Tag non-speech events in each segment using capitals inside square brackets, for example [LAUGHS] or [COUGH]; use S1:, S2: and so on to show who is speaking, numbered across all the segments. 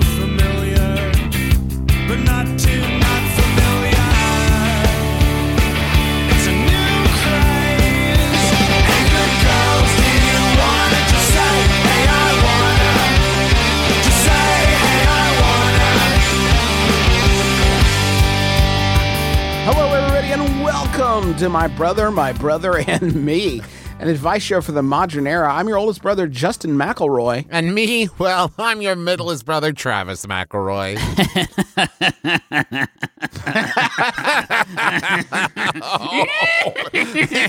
S1: familiar, but not too not familiar. It's a new craze. Hey, good girls, do you wanna just say, hey, I wanna? Just say, hey, I wanna.
S2: Hello, everybody, and welcome to my brother, my brother, [LAUGHS] and me, an advice show for the modern era. I'm your oldest brother, Justin McElroy.
S3: And me, well, [LAUGHS] I'm your middleest brother, Travis McElroy.
S4: [LAUGHS]
S3: [LAUGHS]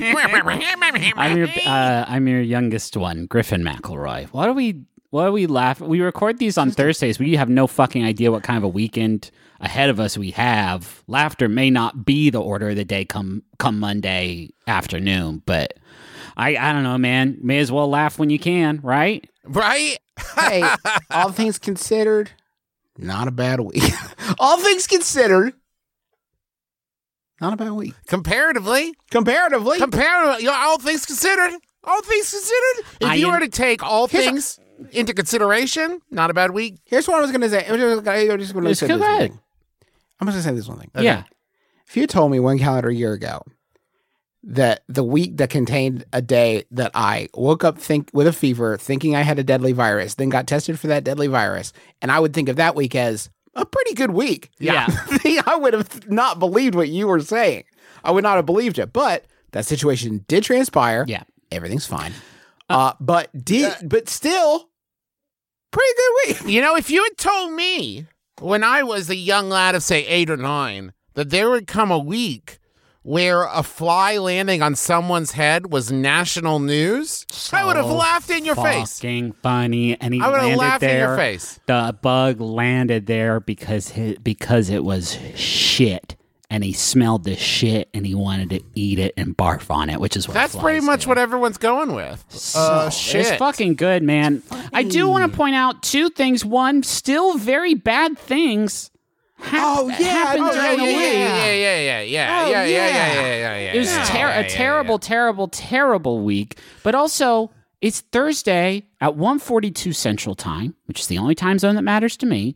S4: I'm your uh, I'm your youngest one, Griffin McElroy. Why do we why do we laugh? We record these on Thursdays. We have no fucking idea what kind of a weekend ahead of us we have. Laughter may not be the order of the day come come Monday afternoon, but I I don't know, man. May as well laugh when you can, right?
S3: right?
S2: Hey, [LAUGHS] all things considered, not a bad week. [LAUGHS] all things considered, not a bad week.
S3: Comparatively,
S2: Comparatively,
S3: comparatively, all things considered, all things considered, if
S4: I
S3: you
S4: am-
S3: were to take all
S2: Here's a-
S3: things into consideration, not a bad week.
S2: here's what I was going to say. I was just gonna- I was just going to
S4: Just
S2: say
S4: go
S2: this one
S4: ahead.
S2: thing. I'm just going to say this one thing.
S4: Yeah.
S2: If you told me one calendar year ago that the week that contained a day that I woke up think with a fever, thinking I had a deadly virus, then got tested for that deadly virus, and I would think of that week as a pretty good week. [LAUGHS]
S4: Yeah.
S2: I would have not believed what you were saying. I would not have believed it. But that situation did transpire.
S4: Yeah.
S2: Everything's fine. Uh, but did but still pretty good week.
S3: You know, if you had told me when I was a young lad of, say, eight or nine, that there would come a week where a fly landing on someone's head was national news, I would have
S4: So
S3: laughed in your face.
S4: Fucking funny, and he
S3: I would have
S4: landed
S3: laughed in
S4: there.
S3: your face.
S4: The bug landed there because hi because it was shit, and he smelled the shit, and he wanted to eat it and barf on it, which is what
S3: That's
S4: flies
S3: pretty much
S4: do.
S3: what everyone's going with. uh, shit.
S4: It's fucking good, man. I do want to point out two things. One, still very bad things. hap-
S2: Oh, yeah,
S4: happened
S2: oh,
S3: yeah,
S4: during
S3: yeah,
S4: the
S3: yeah,
S4: week.
S3: yeah, yeah,
S2: Oh,
S3: yeah, yeah, yeah, yeah, yeah,
S2: yeah.
S3: yeah, yeah, yeah.
S4: It was
S3: yeah,
S4: ter-
S3: yeah,
S4: a
S3: yeah,
S4: terrible, terrible, terrible week. But also, it's Thursday at 1:42 Central Time, which is the only time zone that matters to me.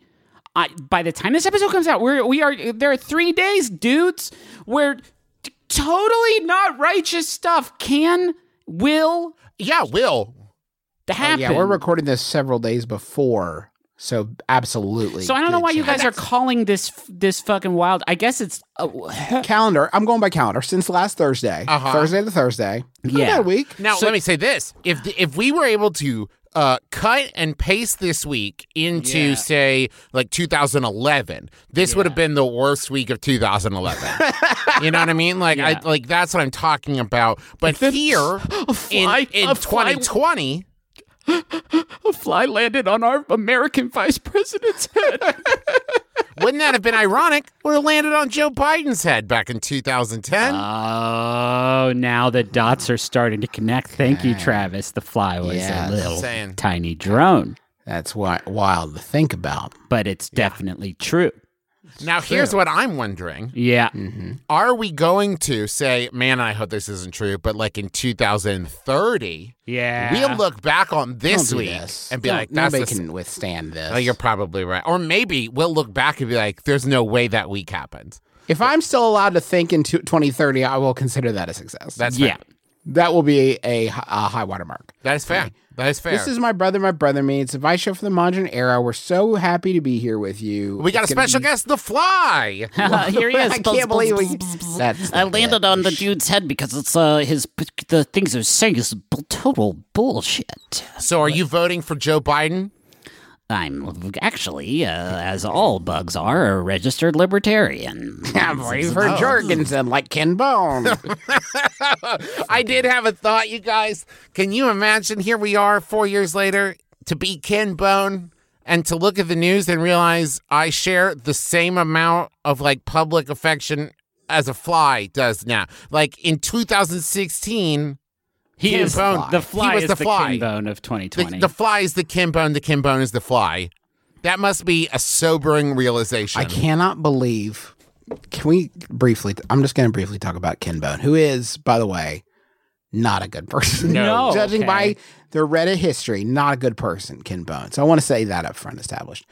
S4: I, by the time this episode comes out, we're, we are there are three days, dudes, where t- totally not righteous stuff can will
S3: Yeah, Yeah, Will.
S4: happen.
S2: Yeah, we're recording this several days before. So absolutely.
S4: so I don't know
S2: good
S4: why you
S2: chance.
S4: guys are calling this f- this fucking wild. I guess it's uh, [LAUGHS]
S2: calendar. I'm going by calendar since last Thursday,
S3: Uh-huh.
S2: Thursday to Thursday. Not a
S4: Yeah.
S2: bad week.
S3: Now
S4: So-
S3: let me say this: if the, if we were able to uh, cut and paste this week into
S4: Yeah.
S3: say like 2011, this would have been the worst week of
S4: [LAUGHS]
S3: 2011. you know what I mean? Like
S4: Yeah.
S3: I like that's what I'm talking about. But here
S4: fly-
S3: in, in
S4: a fly-
S3: 2020,
S4: a fly landed on our American vice president's head.
S3: wouldn't that have been ironic? Would have landed on Joe Biden's head back in 2010.
S4: Uh, Oh, now the dots are starting to connect. Thank you, Travis. The fly was
S2: Yes.
S4: a little
S3: Saying.
S4: tiny drone,
S2: That's wi- wild to think about.
S4: but it's definitely true.
S3: now here's what I'm wondering.
S4: Yeah.
S3: are we going to say, man, I hope this isn't true, but like in 2030,
S4: Yeah.
S3: we'll look back on
S2: Don't
S3: this
S2: do
S3: week
S2: this.
S3: and be
S2: No-
S3: like, that's
S2: nobody
S3: the s-
S2: can withstand this.
S3: Oh, you're probably right. Or maybe we'll look back and be like, there's no way that week happened.
S2: if I'm still allowed to think in two- 2030, I will consider that a success.
S3: That's
S4: yeah.
S3: fair.
S2: that will be a, hi- a high watermark.
S3: That is fair. That is fair.
S2: This is my brother, my brother me. It's a vice show for the modern era. We're so happy to be here with you.
S3: we got a
S2: It's gonna
S3: special
S2: be-
S3: guest, The
S4: [LAUGHS]
S3: Fly.
S4: Uh, Here he is.
S2: I can't believe we. That's
S4: I
S2: the
S4: landed
S2: bit.
S4: on the dude's head because it's uh his the things they're saying is b- total bullshit.
S3: So are you voting for Joe Biden?
S4: I'm actually, uh, as all bugs are, a registered libertarian.
S2: I'm voting for Jorgensen like Ken [LAUGHS] Bone.
S3: I did have a thought, you guys. Can you imagine? Here we are, four years later, to be Ken Bone and to look at the news and realize I share the same amount of like public affection as a fly does now. Like in 2016,
S4: He
S3: Ken
S4: is
S3: Bone.
S4: the fly.
S3: He was
S4: is
S3: the
S4: the,
S3: fly.
S4: Ken Bone of 2020.
S3: the, the fly is the Kimbone, the Kimbone is the fly. That must be a sobering realization.
S2: I cannot believe. Can we briefly? I'm just going to briefly talk about Ken Bone, who is, by the way, not a good person. [LAUGHS]
S4: No. No,
S2: Judging by
S4: okay.
S2: their Reddit history, not a good person, Ken Bone. So I want to say that up front established.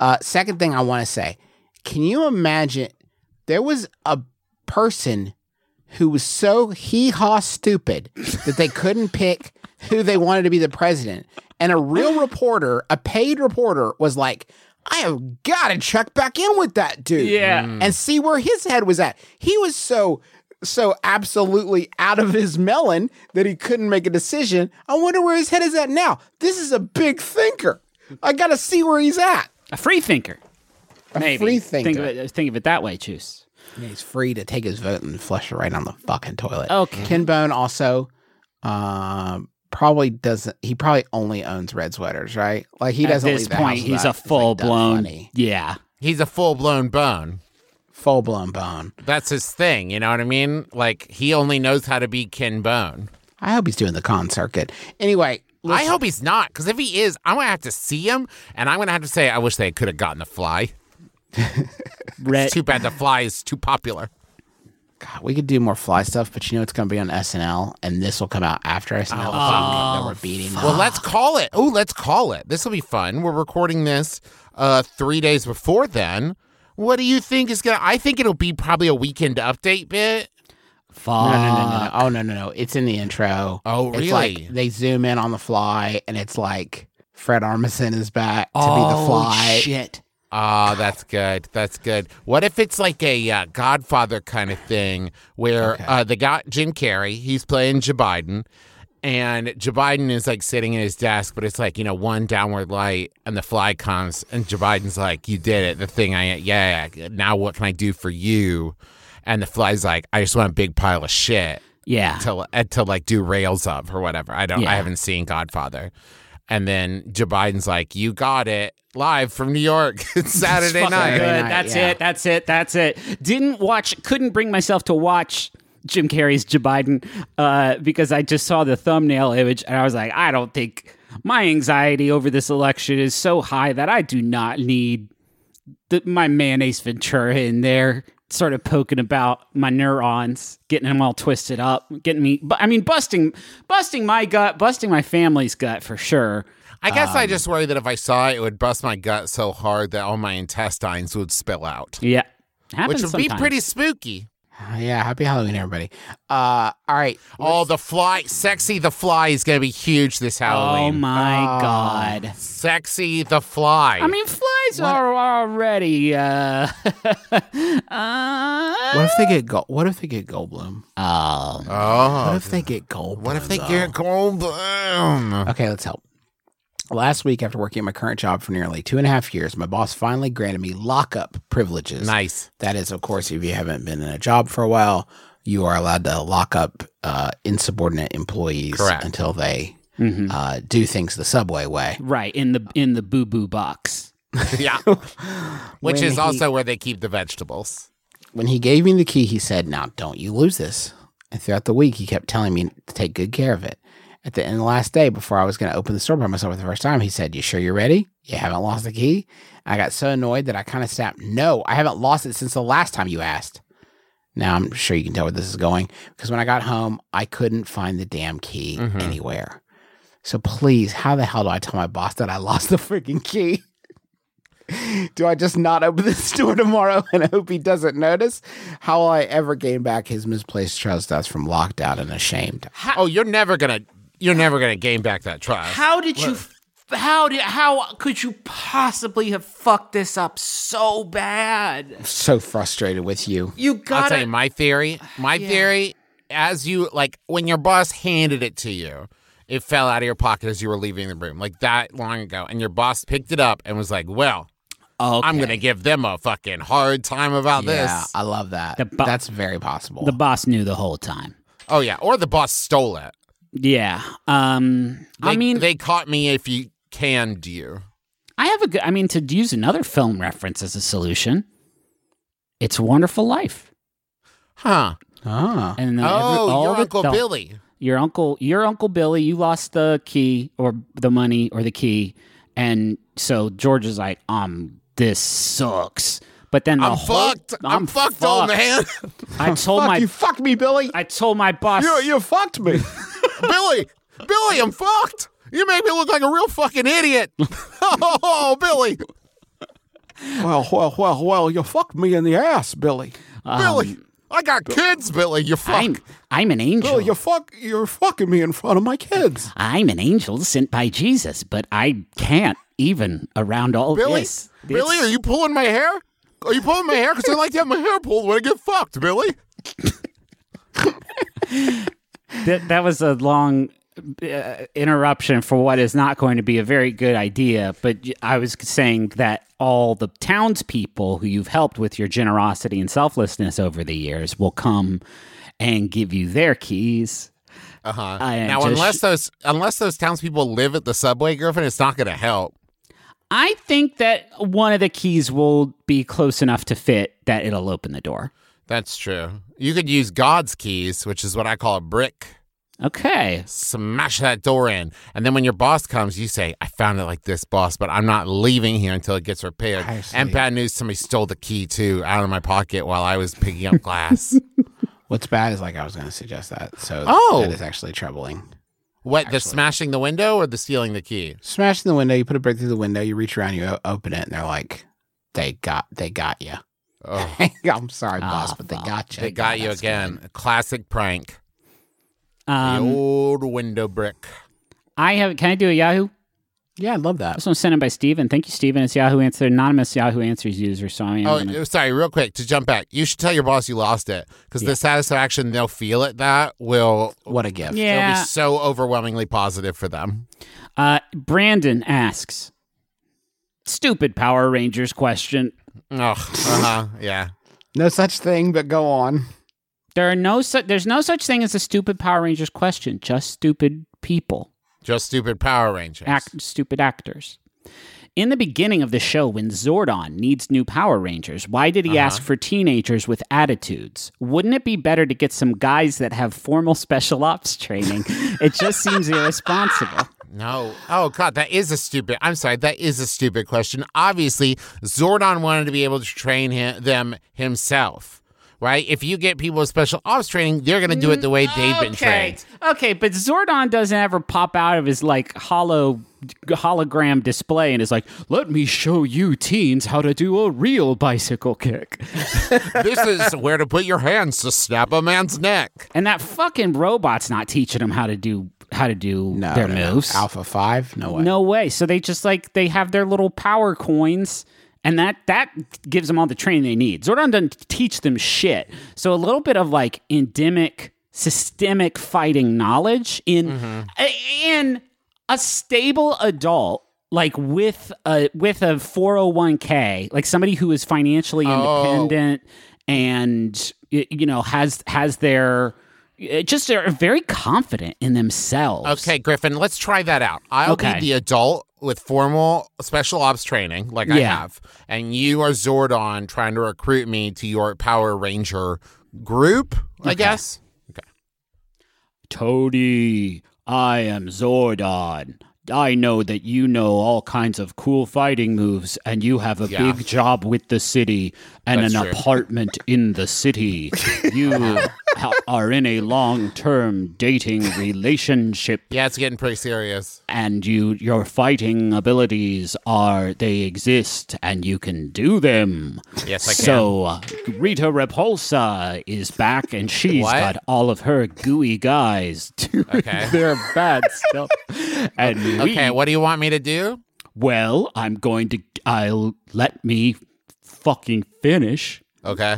S2: Uh, second thing I want to say can you imagine there was a person who was so hee haw stupid that they couldn't
S4: [LAUGHS]
S2: pick who they wanted to be the president. And a real reporter, a paid reporter, was like, I have got to check back in with that dude. Mm.
S4: Yeah.
S2: And see where his head was at. He was so, so absolutely out of his melon that he couldn't make a decision. I wonder where his head is at now. This is a big thinker. I got to see where he's at.
S4: a free thinker. Maybe.
S2: free
S4: Think
S2: thinker.
S4: of it. uh, Think of it that way. Choose.
S2: Yeah, he's free to take his vote and flush it right on the fucking toilet.
S4: Okay.
S2: Ken Bone also um, probably doesn't. He probably only owns red sweaters, right? Like he doesn't.
S4: At this
S2: leave the
S4: point,
S2: house
S4: he's
S2: without-
S4: a full
S2: like, Duck
S4: blown.
S2: Funny.
S4: Yeah.
S3: He's a full blown bone.
S2: full blown bone.
S3: That's his thing, you know what I mean? Like he only knows how to be Ken Bone.
S2: I hope he's doing the con circuit. Anyway,
S3: I hope he's not, because if he is, I'm gonna have to see him, and I'm gonna have to say, I wish they could have gotten the fly.
S4: Red.
S3: It's too bad the fly is too popular.
S2: God, we could do more fly stuff, but you know it's going to be on SNL, and this will come out after SNL. Oh, that we're beating.
S3: Well, [SIGHS] let's call it. Oh, let's call it. This will be fun. We're recording this uh, three days before then. What do you think is gonna? I think it'll be probably a weekend update bit.
S2: No, no,
S4: Fuck.
S2: no, no, no. Oh, no, no, no. It's in the intro.
S3: Oh,
S2: It's like
S3: really?
S2: they zoom in on the fly, and it's like Fred Armisen is back to be the
S4: Oh,
S2: fly.
S4: Shit.
S3: Ah, that's good. That's good. What if it's like a uh, Godfather kind of thing where uh, the guy Jim Carrey, he's playing Joe Biden, and Joe Biden is like sitting at his desk, but it's like you know one downward light, and the fly comes, and Joe Biden's like, "You did it. The thing I yeah. yeah, Now what can I do for you?" And the fly's like, "I just want a big pile of shit."
S4: Yeah.
S3: to uh, to like do rails of or whatever. I don't. I
S4: Yeah.
S3: haven't seen Godfather. And then Joe Biden's like, "You got it live from New
S4: [LAUGHS]
S3: York [LAUGHS] It's Saturday
S4: Fucking
S3: night."
S4: good.
S2: night,
S4: That's
S2: yeah.
S4: it. That's it. That's it. Didn't watch. Couldn't bring myself to watch Jim Carrey's Joe Biden uh, because I just saw the thumbnail image and I was like, I don't think my anxiety over this election is so high that I do not need the, my man Ace Ventura in there. Sort of poking about my neurons, getting them all twisted up, getting me. But I mean, busting, busting my gut, busting my family's gut for sure.
S3: I guess
S4: Um,
S3: I just worry that if I saw it, it would bust my gut so hard that all my intestines would spill out,
S4: Yeah,
S3: which
S4: happens
S3: would be
S4: sometimes.
S3: pretty spooky.
S2: Oh, Yeah, happy Halloween, everybody. Uh, all right.
S3: Oh, the fly, sexy the fly is going to be huge this
S4: Oh
S3: Halloween.
S4: my god.
S3: Sexy the fly.
S4: I mean, flies are already. Uh, [LAUGHS]
S2: What
S4: uh,
S2: if they get Gold? What if they get Goldblum? What
S3: oh,
S2: if they get Goldblum?
S3: what if they
S2: though?
S3: get Goldblum?
S2: Okay, let's help. Last week, after working at my current job for nearly two and a half years, my boss finally granted me lockup privileges.
S3: Nice. [LAUGHS]
S2: That is, of course, if you haven't been in a job for a while, you are allowed to lock up uh, insubordinate employees
S3: Correct. Mm-hmm.
S2: until they uh, do things the subway
S3: [LAUGHS]
S2: way.
S4: right in the in the boo boo box. [LAUGHS]
S3: Yeah,
S2: When
S3: which is
S2: he-
S3: also where they keep the vegetables.
S2: When he gave me the key, he said, Now don't you lose this. And throughout the week, he kept telling me to take good care of it. At the end of the last day, before I was going to open the store by myself for the first time, he said, You sure you're ready? You haven't lost the key? I got so annoyed that I kind of snapped, No, I haven't lost it since the last time you asked. Now I'm sure you can tell where this is going because when I got home, I couldn't find the damn key anywhere. So please, how the hell do I tell my boss that I lost the freaking key? do I just not open [LAUGHS] the store tomorrow and hope he doesn't notice? How will I ever gain back his misplaced trust? That's from locked out and ashamed.
S3: Oh, you're never gonna you're never gonna gain back that trust.
S5: How did you? f- How did? How could you possibly have fucked this up so bad?
S2: So frustrated with you.
S5: You
S3: I'll
S5: gotta.
S3: tell you my theory. My theory, as you like when your boss handed it to you, it fell out of your pocket as you were leaving the room, like that long ago. And your boss picked it up and was like, Well,
S4: Okay.
S3: I'm gonna give them a fucking hard time about
S2: Yeah,
S3: this.
S2: I love that.
S4: bu-
S2: That's very possible.
S4: the boss knew the whole time.
S3: Oh yeah. Or the boss stole it.
S4: Yeah. Um. I
S3: They-
S4: mean,
S3: they caught me if you canned you.
S4: I have a good. I mean, to use another film reference as a solution, it's a Wonderful Life.
S3: Huh.
S2: Ah.
S4: And then
S3: Oh,
S4: every- all
S3: your
S4: the-
S3: Uncle
S4: the-
S3: Billy.
S4: Your uncle, your uncle Billy, you lost the key or the money or the key, and so George is like, um, this sucks. But then the
S3: I'm
S4: whole-
S3: fucked. I'm, fucked, old man. [LAUGHS]
S4: I told
S2: Fuck,
S4: Oh my
S2: you fucked me, Billy.
S4: I told my boss.
S2: You, you fucked
S4: [LAUGHS]
S2: me.
S3: Billy, Billy, I'm fucked. You make me look like a real fucking idiot. [LAUGHS] oh, Billy,
S2: well, well, well, well, you fucked me in the ass, Billy.
S3: Um, Billy, I got kids, Billy. You fuck.
S4: I'm I'm an angel.
S2: Billy, you fuck, you're fucking me in front of my kids.
S4: I'm an angel sent by Jesus, but I can't even around all
S3: Billy,
S4: this.
S3: Billy,
S4: It's-
S3: are you pulling my hair? Are you pulling my hair? Because I like to have my hair pulled when I get fucked, Billy.
S4: That, that was a long uh, interruption for what is not going to be a very good idea. But y- I was saying that all the townspeople who you've helped with your generosity and selflessness over the years will come and give you their keys.
S3: Uh-huh.
S4: I am
S3: Now,
S4: just-
S3: unless those unless those townspeople live at the subway, Griffin, it's not going to help.
S4: I think that one of the keys will be close enough to fit that it'll open the door.
S3: That's true. You could use God's keys, which is what I call a brick.
S4: Okay.
S3: Smash that door in, and then when your boss comes, you say, "I found it like this, boss, but I'm not leaving here until it gets repaired."
S2: I see.
S3: And bad news: somebody stole the key too out of my pocket while I was picking up glass.
S2: What's bad is like I was going to suggest that. So
S3: Oh.
S2: that is actually troubling.
S3: what? The smashing the window or the stealing the key?
S2: Smashing the window, you put a brick through the window, you reach around, you o- open it, and they're like, "They got, they got you."
S3: Oh,
S2: [LAUGHS] I'm sorry, boss,
S4: Ah,
S2: but they
S4: fuck.
S2: got you.
S3: they got you again. A classic prank.
S4: Um,
S3: the old window brick.
S4: I have. Can I do a Yahoo?
S2: Yeah, I love that.
S4: This one's sent in by Steven. Thank you, Steven. It's Yahoo Answer, anonymous Yahoo Answers user. So I am.
S3: Oh,
S4: gonna-
S3: sorry, real quick to jump back. You should tell your boss you lost it because the satisfaction they'll feel at that will
S2: What a gift.
S3: it'll
S4: yeah.
S3: be so overwhelmingly positive for them.
S4: Uh, Brandon asks, "Stupid Power Rangers question.
S3: Ugh. Uh huh. Yeah.
S2: No such thing, but go on.
S4: There are no su- There's no such thing as a stupid Power Rangers question. Just stupid people."
S3: Just stupid Power Rangers.
S4: act stupid actors. In the beginning of the show, when Zordon needs new Power Rangers, why did he ask for teenagers with attitudes? Wouldn't it be better to get some guys that have formal [LAUGHS] special ops training? it just seems irresponsible.
S3: No. Oh God, that is a stupid. I'm sorry, that is a stupid question. Obviously, Zordon wanted to be able to train him, them himself, right? If you get people with special ops training, they're going to do it the way they've been
S5: Okay.
S3: trained.
S4: Okay, but Zordon doesn't ever pop out of his like hollow hologram display and is like, "Let me show you teens how to do a real bicycle kick."
S3: this
S4: [LAUGHS]
S3: is where to put your hands to snap a man's neck.
S4: And that fucking robot's not teaching them how to do how to do
S2: No,
S4: their
S2: no, no.
S4: moves.
S2: Alpha five. No way.
S4: No way. So they just like they have their little power coins, and that that gives them all the training they need. Zordon doesn't teach them shit. So a little bit of like endemic, systemic fighting knowledge in a- in a stable adult. Like with a with a four hundred one k, like somebody who is financially independent and y- you know has has their it just they're very confident in themselves.
S3: Okay, Griffin, let's try that out. I'll
S4: Okay.
S3: be the adult with formal special ops training, like I
S4: Yeah.
S3: have, and you are Zordon trying to recruit me to your Power Ranger group, I guess.
S4: Toady, I am Zordon. I know that you know all kinds of cool fighting moves, and you have a
S3: Yeah.
S4: big job with the city and
S3: That's
S4: an
S3: true.
S4: apartment in the city.
S3: [LAUGHS]
S4: You ha- are in a long term dating relationship,
S3: Yeah, it's getting pretty serious.
S4: and you your fighting abilities are they exist, and you can do them.
S3: Yes, I can.
S4: So uh, Rita Repulsa is back, and she's
S3: What?
S4: got all of her gooey guys [LAUGHS] doing
S3: Okay.
S4: their bad stuff. And we,
S3: Okay, what do you want me to do?
S4: well, I'm going to. I'll let me fucking finish.
S3: Okay.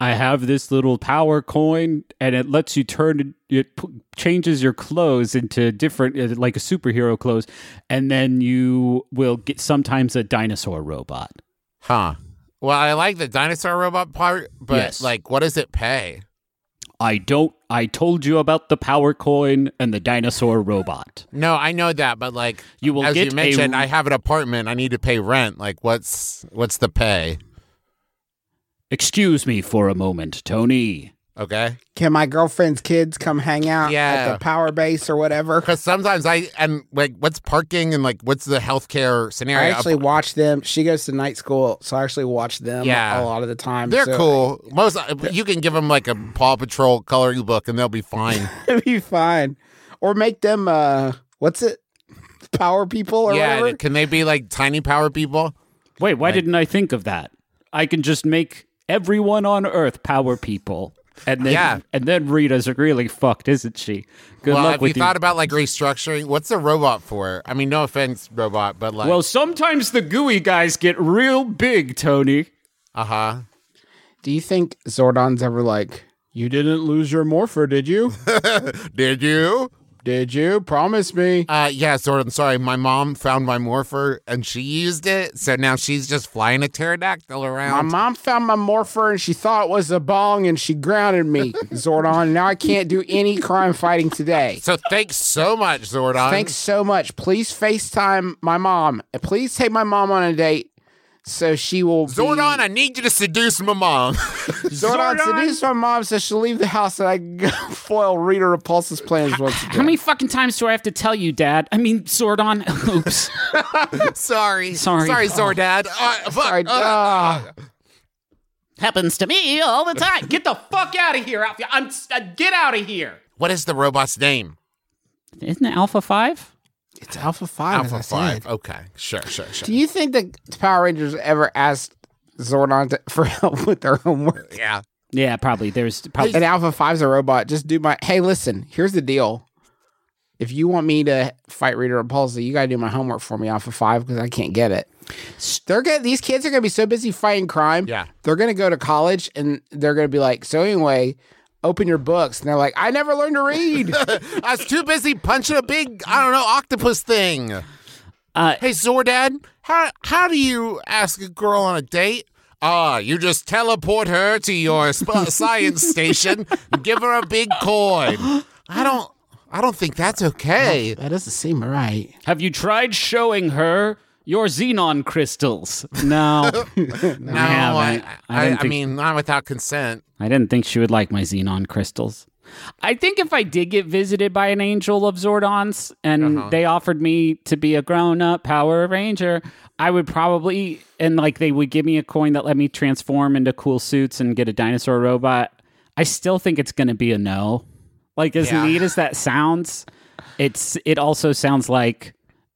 S4: I have this little power coin, and it lets you turn it p- changes your clothes into different, uh, like a superhero clothes, and then you will get sometimes a dinosaur robot.
S3: Huh. Well, I like the dinosaur robot part, but
S4: Yes.
S3: like, what does it pay?
S4: I don't. I told you about the power coin and the dinosaur robot.
S3: No, I know that, but like,
S4: You will
S3: as
S4: get
S3: you mentioned,
S4: a-
S3: I have an apartment. I need to pay rent. Like, what's what's the pay?
S4: Excuse me for a moment, Tony.
S3: Okay.
S2: Can my girlfriend's kids come hang out
S3: Yeah.
S2: at the power base or whatever?
S3: Because sometimes I and like what's parking and like what's the healthcare scenario?
S2: I actually watch them. She goes to night school, so I actually watch them
S3: Yeah.
S2: a lot of the time.
S3: They're
S2: so
S3: cool. Most uh, you can give them like a Paw Patrol coloring book and they'll be fine.
S2: [LAUGHS] It'd be fine. Or make them uh what's it? [LAUGHS] Power people or
S3: yeah,
S2: whatever.
S3: can they be like tiny power people?
S4: Wait, why didn't I think of that? I can just make everyone on Earth power people. And then,
S3: Yeah.
S4: and then Rita's really fucked, isn't she? Good
S3: well,
S4: luck
S3: have you
S4: with you.
S3: thought about like restructuring? What's a robot for? I mean, no offense, robot, but like,
S4: well, sometimes the gooey guys get real big, Tony.
S3: uh huh.
S2: Do you think Zordon's ever like, you didn't lose your morpher, did [LAUGHS] you?
S3: Did you?
S2: did you? Promise me.
S3: Uh, yeah, sort of. Sorry, my mom found my morpher and she used it, so now she's just flying a pterodactyl
S2: My
S3: around.
S2: mom found my morpher and she thought it was a bong and she grounded me, Zordon. Now I can't do any crime fighting today.
S3: so thanks so much, Zordon.
S2: Thanks so much. Please FaceTime my mom. And Please take my mom on a date so she will be-
S3: Zordon, I need you to seduce my mom. [LAUGHS]
S2: Zordon, seduce my mom so she'll leave the house and I can go [LAUGHS] foil Rita Repulsa's plans once again.
S4: How many fucking times do I have to tell you, Dad? I mean, Zordon. [LAUGHS] Oops.
S3: sorry.
S4: Sorry.
S3: Sorry,
S4: Oh.
S3: Zordad. Uh, fuck.
S2: Sorry,
S3: Uh,
S2: ah.
S4: Happens to me all the time.
S5: Get the fuck out of here, Alfie. I'm uh, get out of here.
S3: what is the robot's name?
S4: Isn't it Alpha 5?
S2: it's Alpha 5. as I
S3: Alpha
S2: said.
S3: 5. Okay. Sure, sure, sure.
S2: Do you think the Power Rangers ever asked Zordon to, [LAUGHS] for help with their homework?
S3: yeah.
S4: Yeah, probably. There's probably.
S2: And Alpha 5's a robot. Just do my. Hey, listen, here's the deal. If you want me to fight Rita Repulsa, you got to do my homework for me, Alpha 5, because I can't get it. They're gonna, these kids are going to be so busy fighting crime.
S3: Yeah.
S2: They're going to go to college and they're going to be like, so anyway, open your books. And they're like, I never learned to read.
S3: [LAUGHS] I was too busy punching a big, I don't know, octopus thing.
S4: Uh,
S3: hey, Zordad, how how do you ask a girl on a date? Ah, you just teleport her to your sp- [LAUGHS] science station and give her a big coin. I don't, I don't think that's
S2: [LAUGHS]
S3: okay.
S2: that doesn't seem right.
S4: Have you tried showing her your xenon crystals? No. [LAUGHS]
S3: No,
S4: haven't.
S3: I,
S4: I
S3: I,
S4: didn't
S3: I
S4: think-
S3: mean, not without consent.
S4: I didn't think she would like my xenon crystals. I think if I did get visited by an angel of Zordons and they offered me to be a grown up Power Ranger, I would probably, and like they would give me a coin that let me transform into cool suits and get a dinosaur robot. I still think it's going to be a no. Like, as
S3: Yeah.
S4: neat as that sounds, it's it also sounds like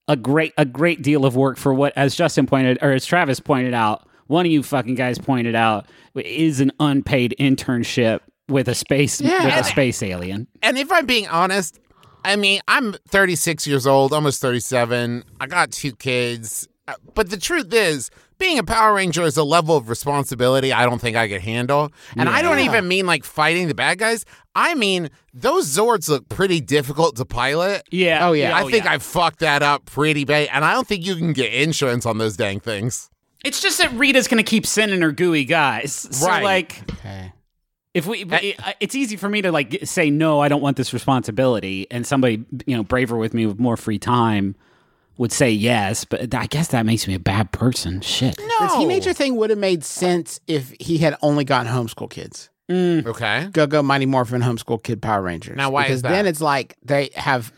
S4: a great a great deal of work for what as Justin pointed or as Travis pointed out, one of you fucking guys pointed out is an unpaid internship with a space with a space alien.
S3: And if I'm being honest, I mean, I'm 36 years old, almost 37. I got two kids. Uh, But the truth is, being a Power Ranger is a level of responsibility I don't think I could handle. And I don't even mean like fighting the bad guys. I mean, those Zords look pretty difficult to pilot.
S4: Yeah.
S2: Oh, yeah.
S3: I think I fucked that up pretty bad. And I don't think you can get insurance on those dang things.
S4: It's just that Rita's gonna keep sending her gooey guys. So
S3: Right.
S4: like
S2: Okay.
S4: if we but it, uh, it's easy for me to like say no, I don't want this responsibility and somebody, you know, braver with me with more free time would say yes, but I guess that makes me a bad person. Shit.
S2: The teenager thing would have made sense if he had only gotten homeschool kids.
S4: Mm,
S3: Okay.
S2: Go Go Mighty Morphin Homeschool Kid Power Rangers.
S3: Now, why is
S2: because
S3: that?
S2: then it's like they have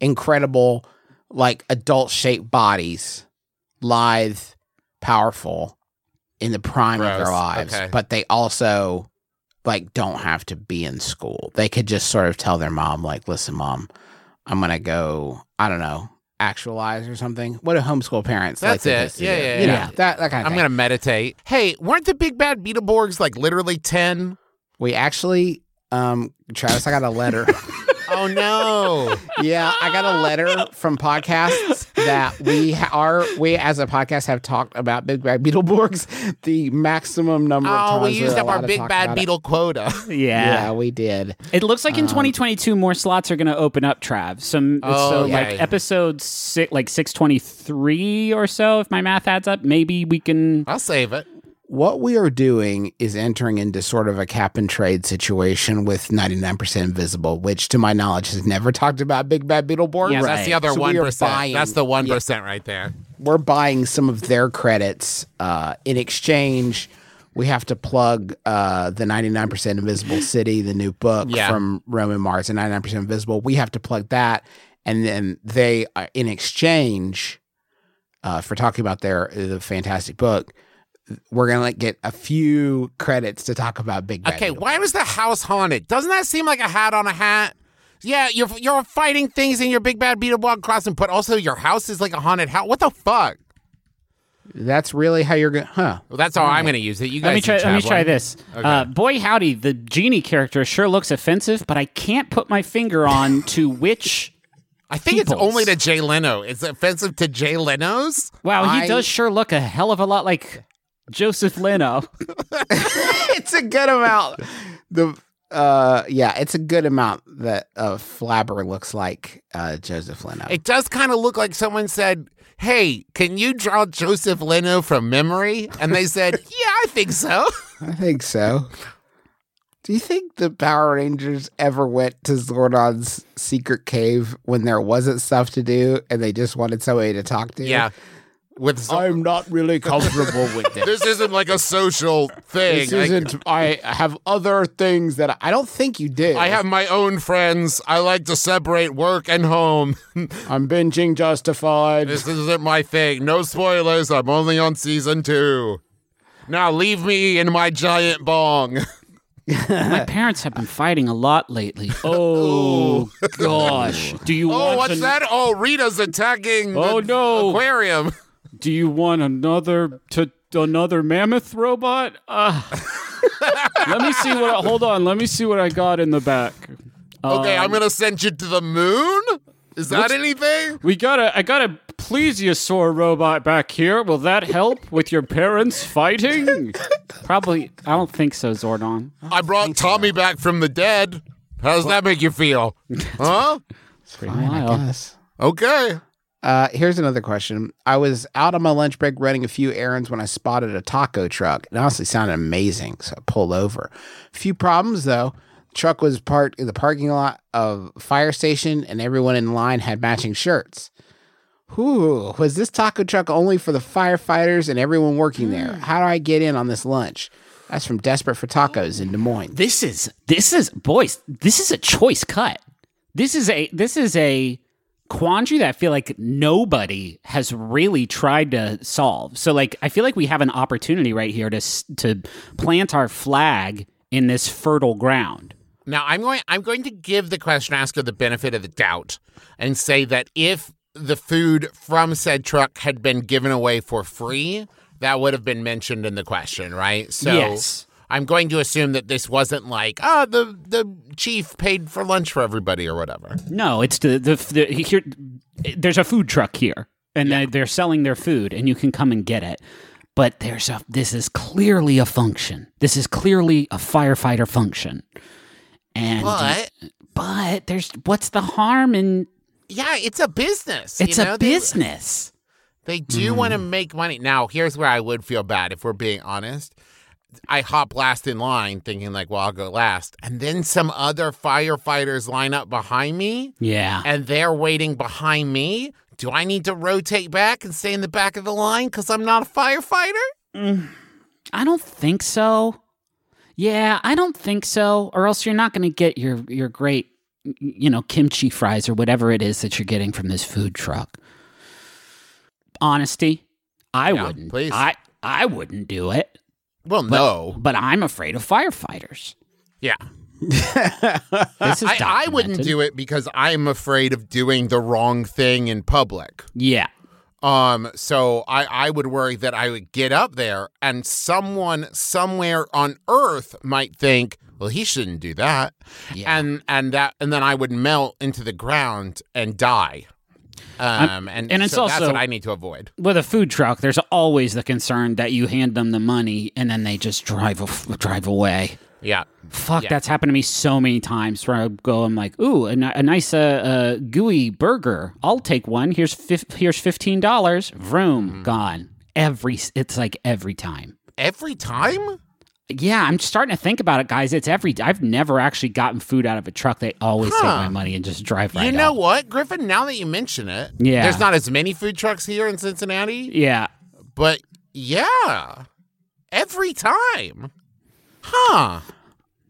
S2: incredible, like adult shaped bodies, lithe, powerful, in the prime of
S3: Gross.
S2: their lives,
S3: Okay.
S2: but they also like don't have to be in school. They could just sort of tell their mom, like, "Listen, mom, I'm gonna go. I don't know." Actualize or something. What do homeschool parents?
S3: That's
S2: like to
S3: it.
S2: just do?
S3: Yeah, yeah,
S2: You know,
S4: yeah.
S2: that that kind of
S3: I'm
S2: thing.
S3: going to meditate. Hey, weren't the big bad Beetleborgs like literally 10?
S2: We actually, um, Travis, I got a
S3: [LAUGHS]
S2: letter.
S3: Oh, [LAUGHS] no.
S2: yeah, I got a
S3: [LAUGHS]
S2: letter from podcasts that we ha- are we as a podcast have talked about Big Bad Beetleborgs the maximum number. of
S3: Oh,
S2: times
S3: we used
S2: we're
S3: up our
S2: allowed to
S3: big
S2: talk
S3: bad
S2: about it.
S3: beetle quota. [LAUGHS]
S4: Yeah.
S2: Yeah, we did.
S4: It looks like in
S3: Um,
S4: 2022 more slots are going to open up, Trav. Some
S3: Oh,
S4: so like
S3: yeah.
S4: episode six, like 623 or so. If my math adds up, maybe we can.
S3: I'll save it.
S2: What we are doing is entering into sort of a cap and trade situation with 99% invisible, which to my knowledge has never talked about Big Bad Beetleborg.
S4: Yeah,
S3: That's the other
S2: So
S3: one
S2: we are
S3: percent.
S2: buying-
S3: That's the one percent right there.
S2: we're buying some of their credits uh, in exchange we have to plug uh, the 99% Invisible City, the new book
S3: Yeah.
S2: from Roman Mars, the 99% Invisible. We have to plug that. And then they, uh, in exchange uh, for talking about their the fantastic book, we're going to like, get a few credits to talk about Big Bad.
S3: Okay,
S2: Noodle.
S3: why was the house haunted? Doesn't that seem like a hat on a hat? Yeah, you're you're fighting things in your big bad beetle block costume, but also your house is like a haunted house. What the fuck?
S2: That's really how you're going to, huh?
S3: Well, that's how I'm going to use it. Oh, You guys
S4: Let me try.
S3: can
S4: Let me
S3: chat
S4: try
S3: one.
S4: this. Uh, boy, howdy! The genie character sure looks offensive, but I can't put my finger
S3: [LAUGHS]
S4: on to which.
S3: I think it's
S4: Peoples.
S3: only to Jay Leno. It's offensive to Jay Leno's.
S4: Wow, he
S2: I-
S4: does sure look a hell of a lot like Joseph Leno.
S2: [LAUGHS] it's a good amount. The uh yeah, it's a good amount that uh Flabber looks like uh Joseph Leno.
S3: It does kind of look like someone said, "Hey, can you draw Joseph Leno from memory?" And they said, [LAUGHS] "Yeah, I think so." [LAUGHS]
S2: I think so. Do you think the Power Rangers ever went to Zordon's secret cave when there wasn't stuff to do and they just wanted somebody to talk to?
S3: Yeah, with so-
S2: I'm not really comfortable with this.
S3: [LAUGHS] this isn't like a social thing.
S2: This
S3: I-
S2: isn't. I have other things that I, I don't think you did.
S3: I have my own friends. I like to separate work and home. [LAUGHS]
S2: I'm binging justified.
S3: this isn't my thing. No spoilers. I'm only on season two. Now leave me in my giant bong. [LAUGHS]
S4: My parents have been fighting a lot
S3: [LAUGHS]
S4: lately. Oh gosh! Do you
S3: Oh,
S4: want
S3: what's
S4: an-
S3: that? Oh, Rita's attacking the
S4: Oh, no.
S3: aquarium. [LAUGHS]
S4: Do you want another to another mammoth robot? Uh, let me see what. I, hold on. Let me see what I got in the back.
S3: Okay,
S2: Um,
S3: I'm gonna send you to the moon. Is that anything?
S4: We got a. I got a plesiosaur robot back here. Will that help with your parents fighting? Probably. I don't think so, Zordon.
S3: I brought Tommy back from the dead. How does that make you feel?
S2: [LAUGHS]
S3: Huh?
S4: Pretty wild.
S2: Yes.
S3: Okay.
S2: Uh, here's another question. I was out on my lunch break running a few errands when I spotted a taco truck. It honestly sounded amazing, so I pulled over. Few problems though. Truck was parked in the parking lot of a fire station, and everyone in line had matching shirts. Whew, was this taco truck only for the firefighters and everyone working there? How do I get in on this lunch? That's from Desperate for Tacos in Des Moines.
S4: This is this is boys. This is a choice cut. This is a this is a quandary that I feel like nobody has really tried to solve. So like I feel like we have an opportunity right here to s- to plant our flag in this fertile ground.
S3: Now I'm going I'm going to give the question asker the benefit of the doubt and say that if the food from said truck had been given away for free, that would have been mentioned in the question, right? So
S4: Yes.
S3: I'm going to assume that this wasn't like, ah, the the chief paid for lunch for everybody or whatever.
S4: No, it's the the, the here. There's a food truck here, and they- they're selling their food, and you can come and get it. But there's a this is clearly a function. This is clearly a firefighter function. And
S3: But
S4: but there's what's the harm in
S3: yeah, it's a business. you
S4: it's
S3: know?
S4: a
S3: They-
S4: business.
S3: They do want
S4: Mm-hmm.
S3: to make money. Now, here's where I would feel bad if we're being honest. I hop last in line thinking, like, well, I'll go last. And then some other firefighters line up behind me
S4: yeah.
S3: and they're waiting behind me. Do I need to rotate back and stay in the back of the line because I'm not a firefighter?
S4: I don't think so. Yeah, I don't think so. Or else you're not going to get your your great, y- you know, kimchi fries or whatever it is that you're getting from this food truck. Honesty, I
S3: Yeah,
S4: wouldn't.
S3: please.
S4: I I wouldn't do it.
S3: Well, no.
S4: But I'm afraid of firefighters.
S3: Yeah.
S4: This is
S3: I, I wouldn't
S4: documented.
S3: do it because I'm afraid of doing the wrong thing in public.
S4: Yeah.
S3: Um, so I, I would worry that I would get up there and someone somewhere on earth might think, well, he shouldn't do that.
S4: Yeah.
S3: And and that and then I would melt into the ground and die. Um and,
S4: and it's
S3: so that's
S4: also-
S3: what I need to avoid.
S4: with a food truck, there's always the concern that you hand them the money and then they just drive af- drive away.
S3: Yeah.
S4: Fuck,
S3: Yeah.
S4: that's happened to me so many times where I go, I'm like, ooh, a, ni- a nice uh, uh, gooey burger. I'll take one. Here's fif- here's fifteen dollars. Vroom,
S3: Mm.
S4: gone. Every s- it's like every time.
S3: Every time?
S4: Yeah, I'm starting to think about it, guys. It's every. I've never actually gotten food out of a truck. They always take
S3: Huh.
S4: my money and just drive right.
S3: you know
S4: off.
S3: what, Griffin, now that you mention it,
S4: Yeah.
S3: there's not as many food trucks here in Cincinnati,
S4: Yeah,
S3: but yeah. every time. Huh.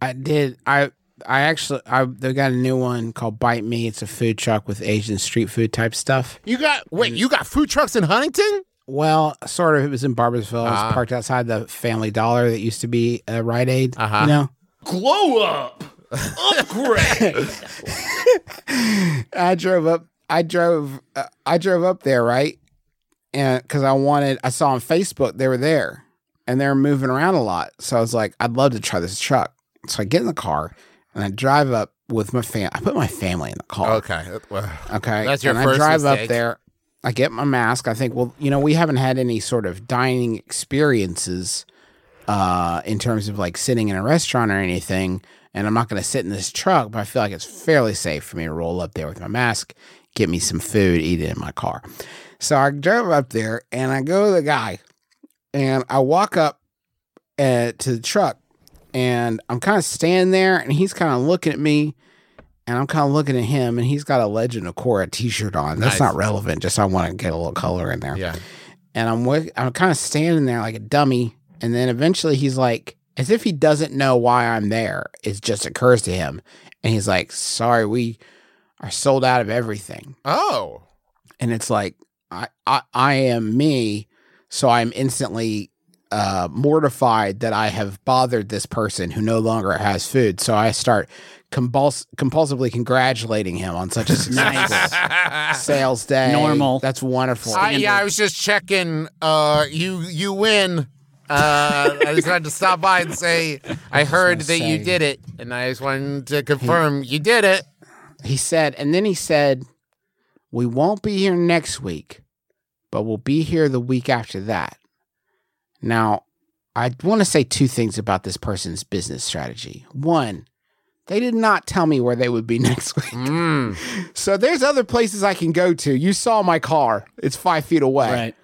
S2: I did. I I actually I they got a new one called Bite Me. It's a food truck with Asian street food type stuff.
S3: You got wait, you got food trucks in Huntington?
S2: Well, sort of. It was in Barbersville. It
S3: Ah.
S2: was parked outside the Family Dollar that used to be a Rite Aid.
S3: Uh-huh.
S2: You know,
S5: Glow up. Upgrade.
S2: [LAUGHS] I drove up. I drove. Uh, I drove up there, right? And because I wanted, I saw on Facebook they were there, and they were moving around a lot. So I was like, I'd love to try this truck. So I get in the car and I drive up with my fam. I put my family in the car.
S3: [LAUGHS] Okay. Well,
S2: Okay.
S3: That's your
S2: and
S3: first
S2: I drive
S3: mistake.
S2: up there. I get my mask. I think, well, you know, we haven't had any sort of dining experiences uh, in terms of like sitting in a restaurant or anything. And I'm not going to sit in this truck, but I feel like it's fairly safe for me to roll up there with my mask, get me some food, eat it in my car. So I drove up there and I go to the guy and I walk up uh, to the truck and I'm kind of standing there and he's kind of looking at me and I'm kind of looking at him, and he's got a Legend of Korra T-shirt on. That's
S3: Nice.
S2: not relevant. Just I want to get a little color in there.
S3: yeah.
S2: And I'm wi- I'm kind of standing there like a dummy, and then eventually he's like, as if he doesn't know why I'm there. It just occurs to him, and he's like, "Sorry, we are sold out of everything."
S3: [LAUGHS] Oh.
S2: and it's like I I, I am me, so I'm instantly uh, mortified that I have bothered this person who no longer has food. So I start compuls- compulsively congratulating him on
S3: [LAUGHS]
S2: such a successful sales day.
S4: Normal.
S2: That's wonderful.
S3: I, yeah, I was just checking. Uh, you you win. Uh, I just had to stop by and say I heard that you
S2: say-
S3: did it, and I just wanted to confirm you did it.
S2: he said, and then he said, "We won't be here next week, but we'll be here the week after that." Now, I want to say two things about this person's business strategy. One, they did not tell me where they would be [LAUGHS] next week.
S3: Mm.
S2: So there's other places I can go to. You saw my car. It's five feet away.
S4: Right.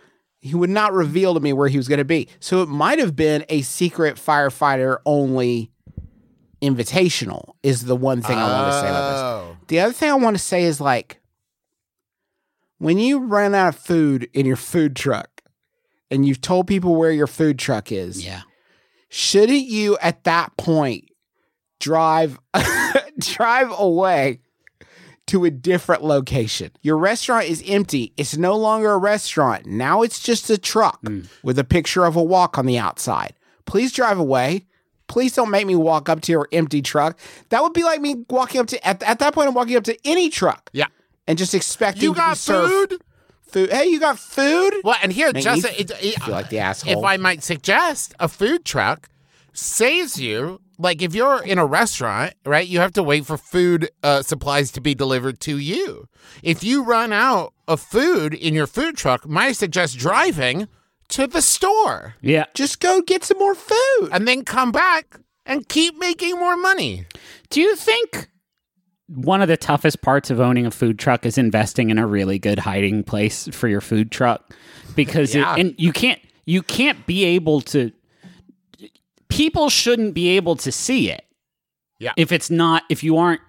S2: He would not reveal to me where he was going to be. So it might have been a secret firefighter only invitational, is the one thing I want to say about this.
S3: Oh.
S2: The other thing I want to say is like, when you run out of food in your food truck and you've told people where your food truck is,
S4: Yeah.
S2: shouldn't you at that point drive [LAUGHS] drive away to a different location? Your restaurant is empty. It's no longer a restaurant. Now it's just a truck
S3: Hmm.
S2: with a picture of a walk on the outside. Please drive away. Please don't make me walk up to your empty truck. That would be like me walking up to at, at that point I'm walking up to any truck.
S3: Yeah.
S2: And just expecting
S3: You
S2: to be
S3: got
S2: served
S3: food?
S2: food. Hey, you got food?
S3: Well, and here,
S2: Make
S3: just
S2: me
S3: it, it-
S2: feel like the
S3: if
S2: asshole.
S3: I might suggest, a food truck saves you. Like if you're in a restaurant, right? You have to wait for food uh, supplies to be delivered to you. If you run out of food in your food truck, might I suggest driving to the store
S4: Yeah.
S2: Just go get some more food.
S3: and then come back and keep making more money.
S4: Do you think one of the toughest parts of owning a food truck is investing in a really good hiding place for your food truck? Because it-
S3: Yeah.
S4: and you can't you can't be able to people shouldn't be able to see it.
S3: Yeah.
S4: If it's not if you aren't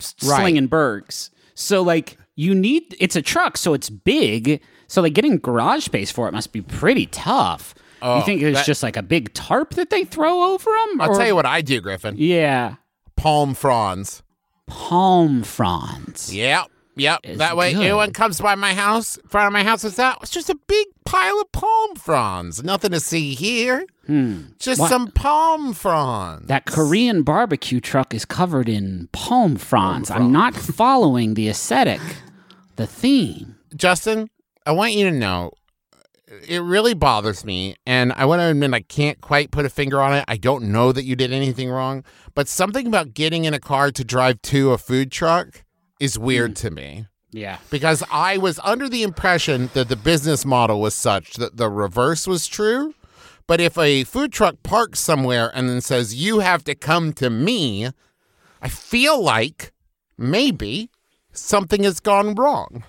S4: s-
S2: Right.
S4: slinging bergs. So like you need it's a truck so it's big. So like getting garage space for it must be pretty tough. you think it's
S3: Oh, that-
S4: just like a big tarp that they throw over them?
S3: I'll tell you what I do, Griffin.
S4: Yeah.
S3: Palm fronds.
S4: Palm fronds.
S3: Yep. Yep.
S4: It's
S3: that way,
S4: good.
S3: anyone comes by my house, front of my house, is that it's just a big pile of palm fronds. Nothing to see here. Just
S4: Hmm. What?
S3: some palm fronds.
S4: That Korean barbecue truck is covered in palm fronds. [LAUGHS] I'm not following the aesthetic, the theme.
S3: Justin, I want you to know it really bothers me. And I want to admit, I can't quite put a finger on it. I don't know that you did anything wrong, but something about getting in a car to drive to a food truck is weird
S4: Hmm.
S3: to me.
S4: Yeah.
S3: because I was under the impression that the business model was such that the reverse was true. But if a food truck parks somewhere and then says, you have to come to me, I feel like maybe something has gone wrong.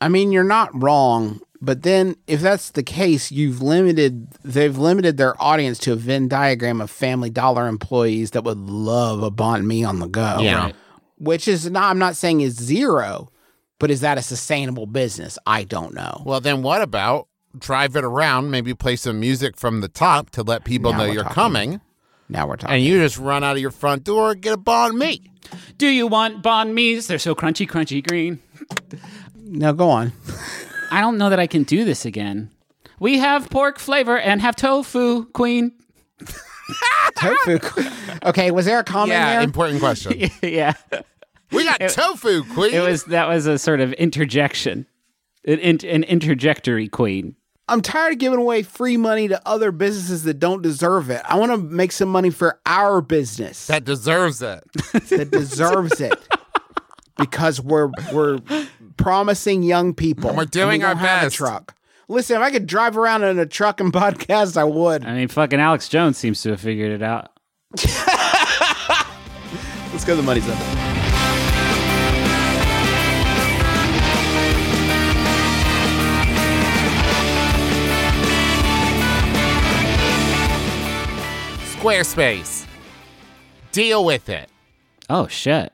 S2: I mean, you're not wrong, but then if that's the case, you've limited they've limited their audience to a Venn diagram of Family Dollar employees that would love a bond me on the go.
S3: Yeah. Right.
S2: Which is not I'm not saying is zero, but is that a sustainable business? I don't know.
S3: Well, then what about drive it around, maybe play some music from the top to let people
S2: Now
S3: know
S2: we're
S3: you're
S2: talking.
S3: coming.
S2: Now we're talking.
S3: And you just run out of your front door and get a bon me.
S4: Do you want bon me's? They're so crunchy, crunchy green.
S2: now go on. [LAUGHS]
S4: I don't know that I can do this again. We have pork flavor and have tofu, queen.
S3: [LAUGHS]
S2: tofu. okay, was there a comment
S3: Yeah,
S2: there?
S3: important question.
S4: [LAUGHS] yeah.
S3: we got tofu, queen.
S4: It was that was a sort of interjection. An, in, an interjectory queen.
S2: I'm tired of giving away free money to other businesses that don't deserve it. I want to make some money for our business that,
S3: that deserves it.
S2: deserves it because we're we're promising young people.
S3: we're
S2: and
S3: doing
S2: we
S3: our
S2: don't have a
S3: best.
S2: truck. Listen, if I could drive around in a truck and [LAUGHS] podcast, I would.
S4: I mean, fucking Alex Jones seems to have figured it out.
S2: Let's go. The money's up.
S3: Squarespace. Deal with it.
S4: Oh shit.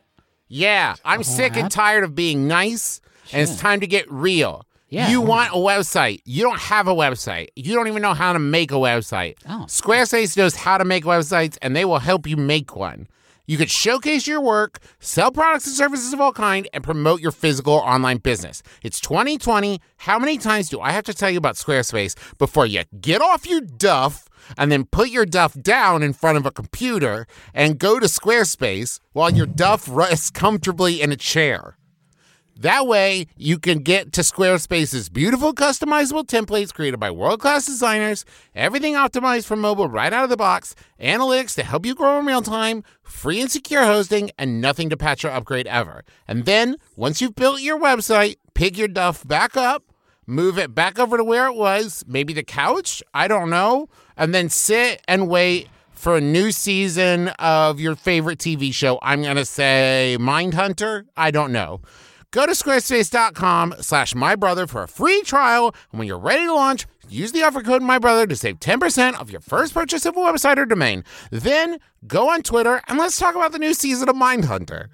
S3: Yeah, I'm sick and tired of being nice, and it's time to get real.
S4: Yeah.
S3: You want a website. You don't have a website. You don't even know how to make a website.
S4: Oh.
S3: Squarespace knows how to make websites, and they will help you make one. You could showcase your work, sell products and services of all kind, and promote your physical online business. It's 2020. How many times do I have to tell you about Squarespace before you get off your duff and then put your duff down in front of a computer and go to Squarespace while your duff rests comfortably in a chair? That way, you can get to Squarespace's beautiful customizable templates created by world class designers, everything optimized for mobile right out of the box, analytics to help you grow in real time, free and secure hosting, and nothing to patch or upgrade ever. And then, once you've built your website, pick your duff back up, move it back over to where it was, maybe the couch, I don't know, and then sit and wait for a new season of your favorite TV show. I'm going to say Mindhunter. I don't know. Go to squarespace.com slash mybrother for a free trial. And when you're ready to launch, use the offer code mybrother to save 10% of your first purchase of a website or domain. Then go on Twitter and let's talk about the new season of Mindhunter.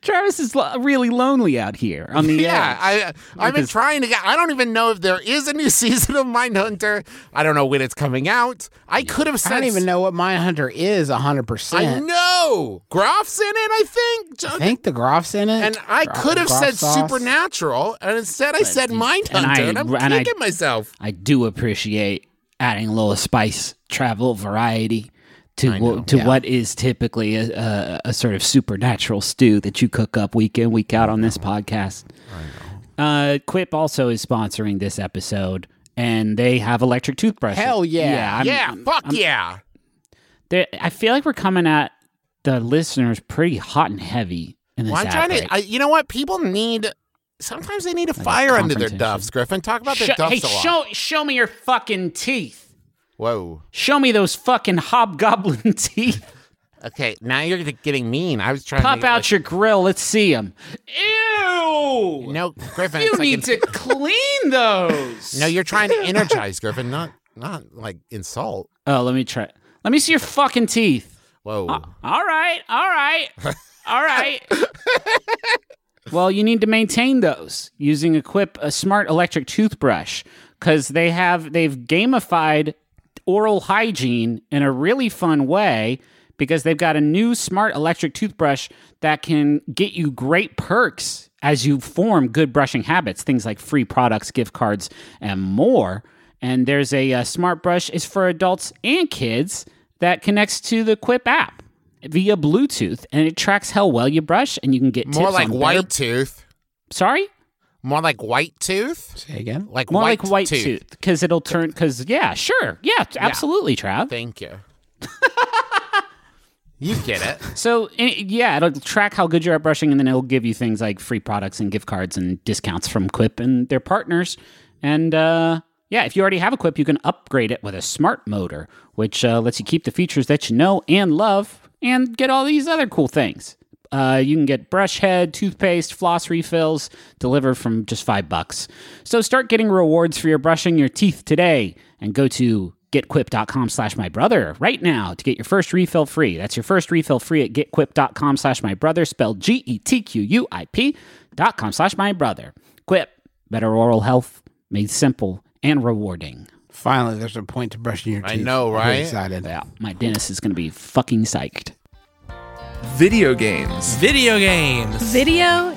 S4: Travis is lo- really lonely out here on [LAUGHS] the
S3: Yeah,
S4: edge.
S3: I I've been trying to get. I don't even know if there is a new [LAUGHS] season of Mindhunter. I don't know when it's coming out. I could have
S2: I
S3: said.
S2: don't even know what Mindhunter is 100%.
S3: I know Groff's in it. I think.
S2: I think the Groff's in it.
S3: and I
S2: Groff-
S3: could have
S2: Groff
S3: said
S2: sauce.
S3: Supernatural, and instead I said Mindhunter, and,
S4: I-
S3: I'm
S4: and I-
S3: kicking myself.
S4: I do appreciate adding a little spice, travel variety to wh- to what is typically a, a, a sort of supernatural stew that you cook up week in week out on this podcast. Uh, Quip also is sponsoring this episode, and they have electric toothbrushes.
S2: Hell yeah.
S4: I'm-
S3: yeah, fuck yeah.
S4: they- I feel like we're coming at the listeners pretty hot and heavy in this.
S3: Well, I'm trying
S4: outbreak.
S3: to. I, you know what? People need. Sometimes they need a fire under their
S4: confrontation.
S3: duffs. Griffin, talk about their
S4: Sho-
S3: duffs
S4: hey,
S3: a lot.
S4: show show me your fucking teeth.
S3: Whoa.
S4: Show me those fucking hobgoblin [LAUGHS] teeth.
S3: Okay, now you're getting mean. I was trying to
S4: Pop
S3: make it
S4: out
S3: like-
S4: your grill. Let's see them. Ew!
S3: No, Griffin.
S4: you
S3: it's like
S4: need
S3: in-
S4: [LAUGHS] to clean those.
S3: No, you're
S2: [LAUGHS]
S3: trying to energize Griffin, not not like insult.
S4: Oh, let me try. Let me see your fucking teeth.
S3: Whoa.
S4: All right, all right, all [LAUGHS] right. well, you need to maintain those using Equip a smart electric toothbrush because they have they've gamified oral hygiene in a really fun way because they've got a new smart electric toothbrush that can get you great perks as you form good brushing habits things like free products gift cards and more and there's a, uh smart brush is for adults and kids that connects to the quip app via bluetooth and it tracks how well you brush and you can get
S3: More
S4: tips
S3: like
S4: on
S3: white
S4: better-
S3: tooth.
S4: sorry
S3: More like white tooth.
S2: Say again?
S3: Like
S4: more
S3: white
S4: like white
S3: tooth.
S4: tooth because it'll turn because yeah sure yeah, absolutely trav
S3: Thank
S4: [LAUGHS]
S3: you. you get it.
S4: So i- yeah, it'll track how good you're at brushing, and then it'll give you things like free products and gift cards and discounts from Quip and their partners. And uh, yeah, if you already have a Quip, you can upgrade it with a smart motor, which uh, lets you keep the features that you know and love, and get all these other cool things. Uh, you can get brush head, toothpaste, floss refills delivered from just five bucks. So start getting rewards for your brushing your teeth today and go to getquip.com slash my brother right now to get your first refill free. That's your first refill free at getquip.com slash my brother, spelled G E T Q U I P dot com slash my brother. Quip, better oral health, made simple and rewarding.
S2: Finally, there's a point to brushing your
S3: I
S2: teeth.
S3: know,
S2: I'm
S3: right?
S2: Excited.
S4: Yeah, my dentist is going to be fucking psyched.
S6: Video games.
S7: Video games.
S8: Video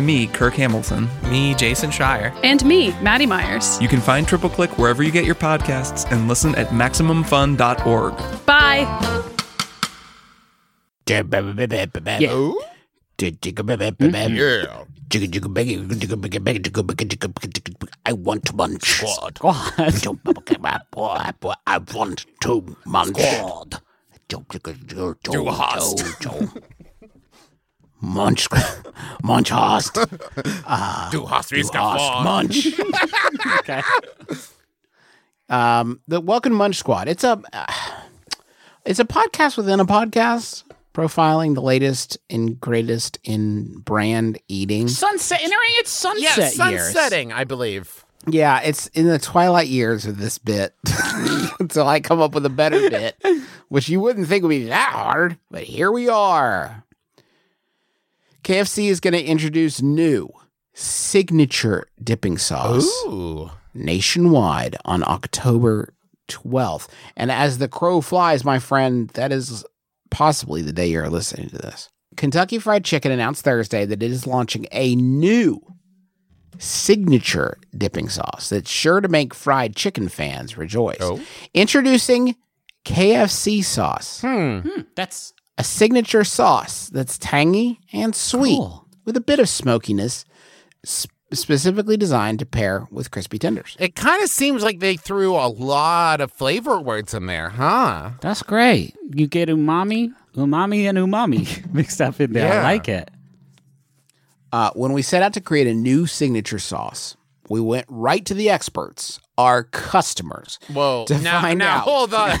S6: me, Kirk Hamilton.
S7: Me, Jason Schreier.
S8: And me, Maddie Myers.
S6: You can find Triple Click wherever you get your podcasts and listen at MaximumFun.org.
S8: Bye.
S2: I want to munch. Squad.
S4: God.
S2: I want to munch. Squad. Do host. Munch. Munch host. Uh,
S3: Du hast
S2: Du hast Munch. Um, the Welcome to Munch Squad. It's a uh, it's a podcast within a podcast profiling the latest and greatest in brand eating.
S4: Sunset, entering its sunset
S3: Yeah,
S4: years.
S3: sunsetting, I believe.
S2: Yeah, it's in the twilight years of this bit [LAUGHS] until I come up with a better bit, which you wouldn't think would be that hard, but here we are. KFC is going to introduce new signature dipping sauce
S3: Ooh.
S2: nationwide on October 12th. And as the crow flies, my friend, that is possibly the day you're listening to this. Kentucky Fried Chicken announced Thursday that it is launching a new signature dipping sauce that's sure to make fried chicken fans rejoice.
S3: Oh.
S2: Introducing KFC sauce
S3: Hmm.
S4: That's
S2: a signature sauce that's tangy and sweet
S4: Cool.
S2: with a bit of smokiness, sp- specifically designed to pair with crispy tenders.
S3: It kind of seems like they threw a lot of flavor words in there, huh?
S4: that's great. You get umami, umami, and umami [LAUGHS] mixed up in there.
S3: Yeah.
S4: I like it.
S2: Uh, when we set out to create a new signature sauce, we went right to the experts, our customers.
S3: Whoa.
S2: To
S3: now,
S2: find
S3: now
S2: out. [LAUGHS]
S3: hold on.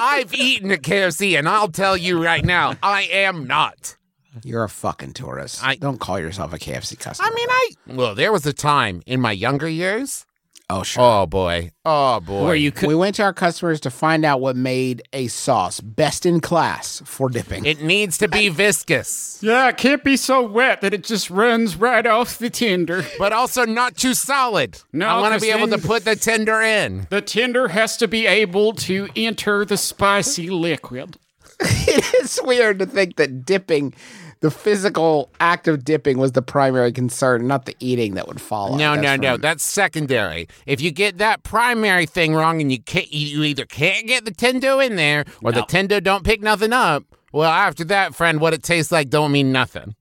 S3: I've eaten at KFC, and I'll tell you right now, I am not.
S2: You're a fucking tourist.
S3: I-
S2: Don't call yourself a KFC customer.
S3: I mean, I. Well, there was a time in my younger years.
S2: oh sure.
S3: Oh, boy. Oh, boy.
S4: Where you could
S2: we went to our customers to find out what made a sauce best in class for dipping.
S3: It needs to be viscous,
S4: Yeah, it can't be so wet that it just runs right off the tinder.
S3: but also not too solid.
S4: No,
S3: I want to
S4: 'cause
S3: be able to
S4: then-
S3: put the tender in.
S4: The tinder has to be able to enter the spicy liquid.
S2: [LAUGHS] it's weird to think that dipping, the physical act of dipping, was the primary concern, not the eating that would follow.
S3: No,
S2: That's
S3: no, no.
S2: from-
S3: That's secondary. If you get that primary thing wrong and you can't, you either can't get the tendo in there or the tendo don't pick nothing up. Well, after that, friend, what it tastes like don't mean nothing.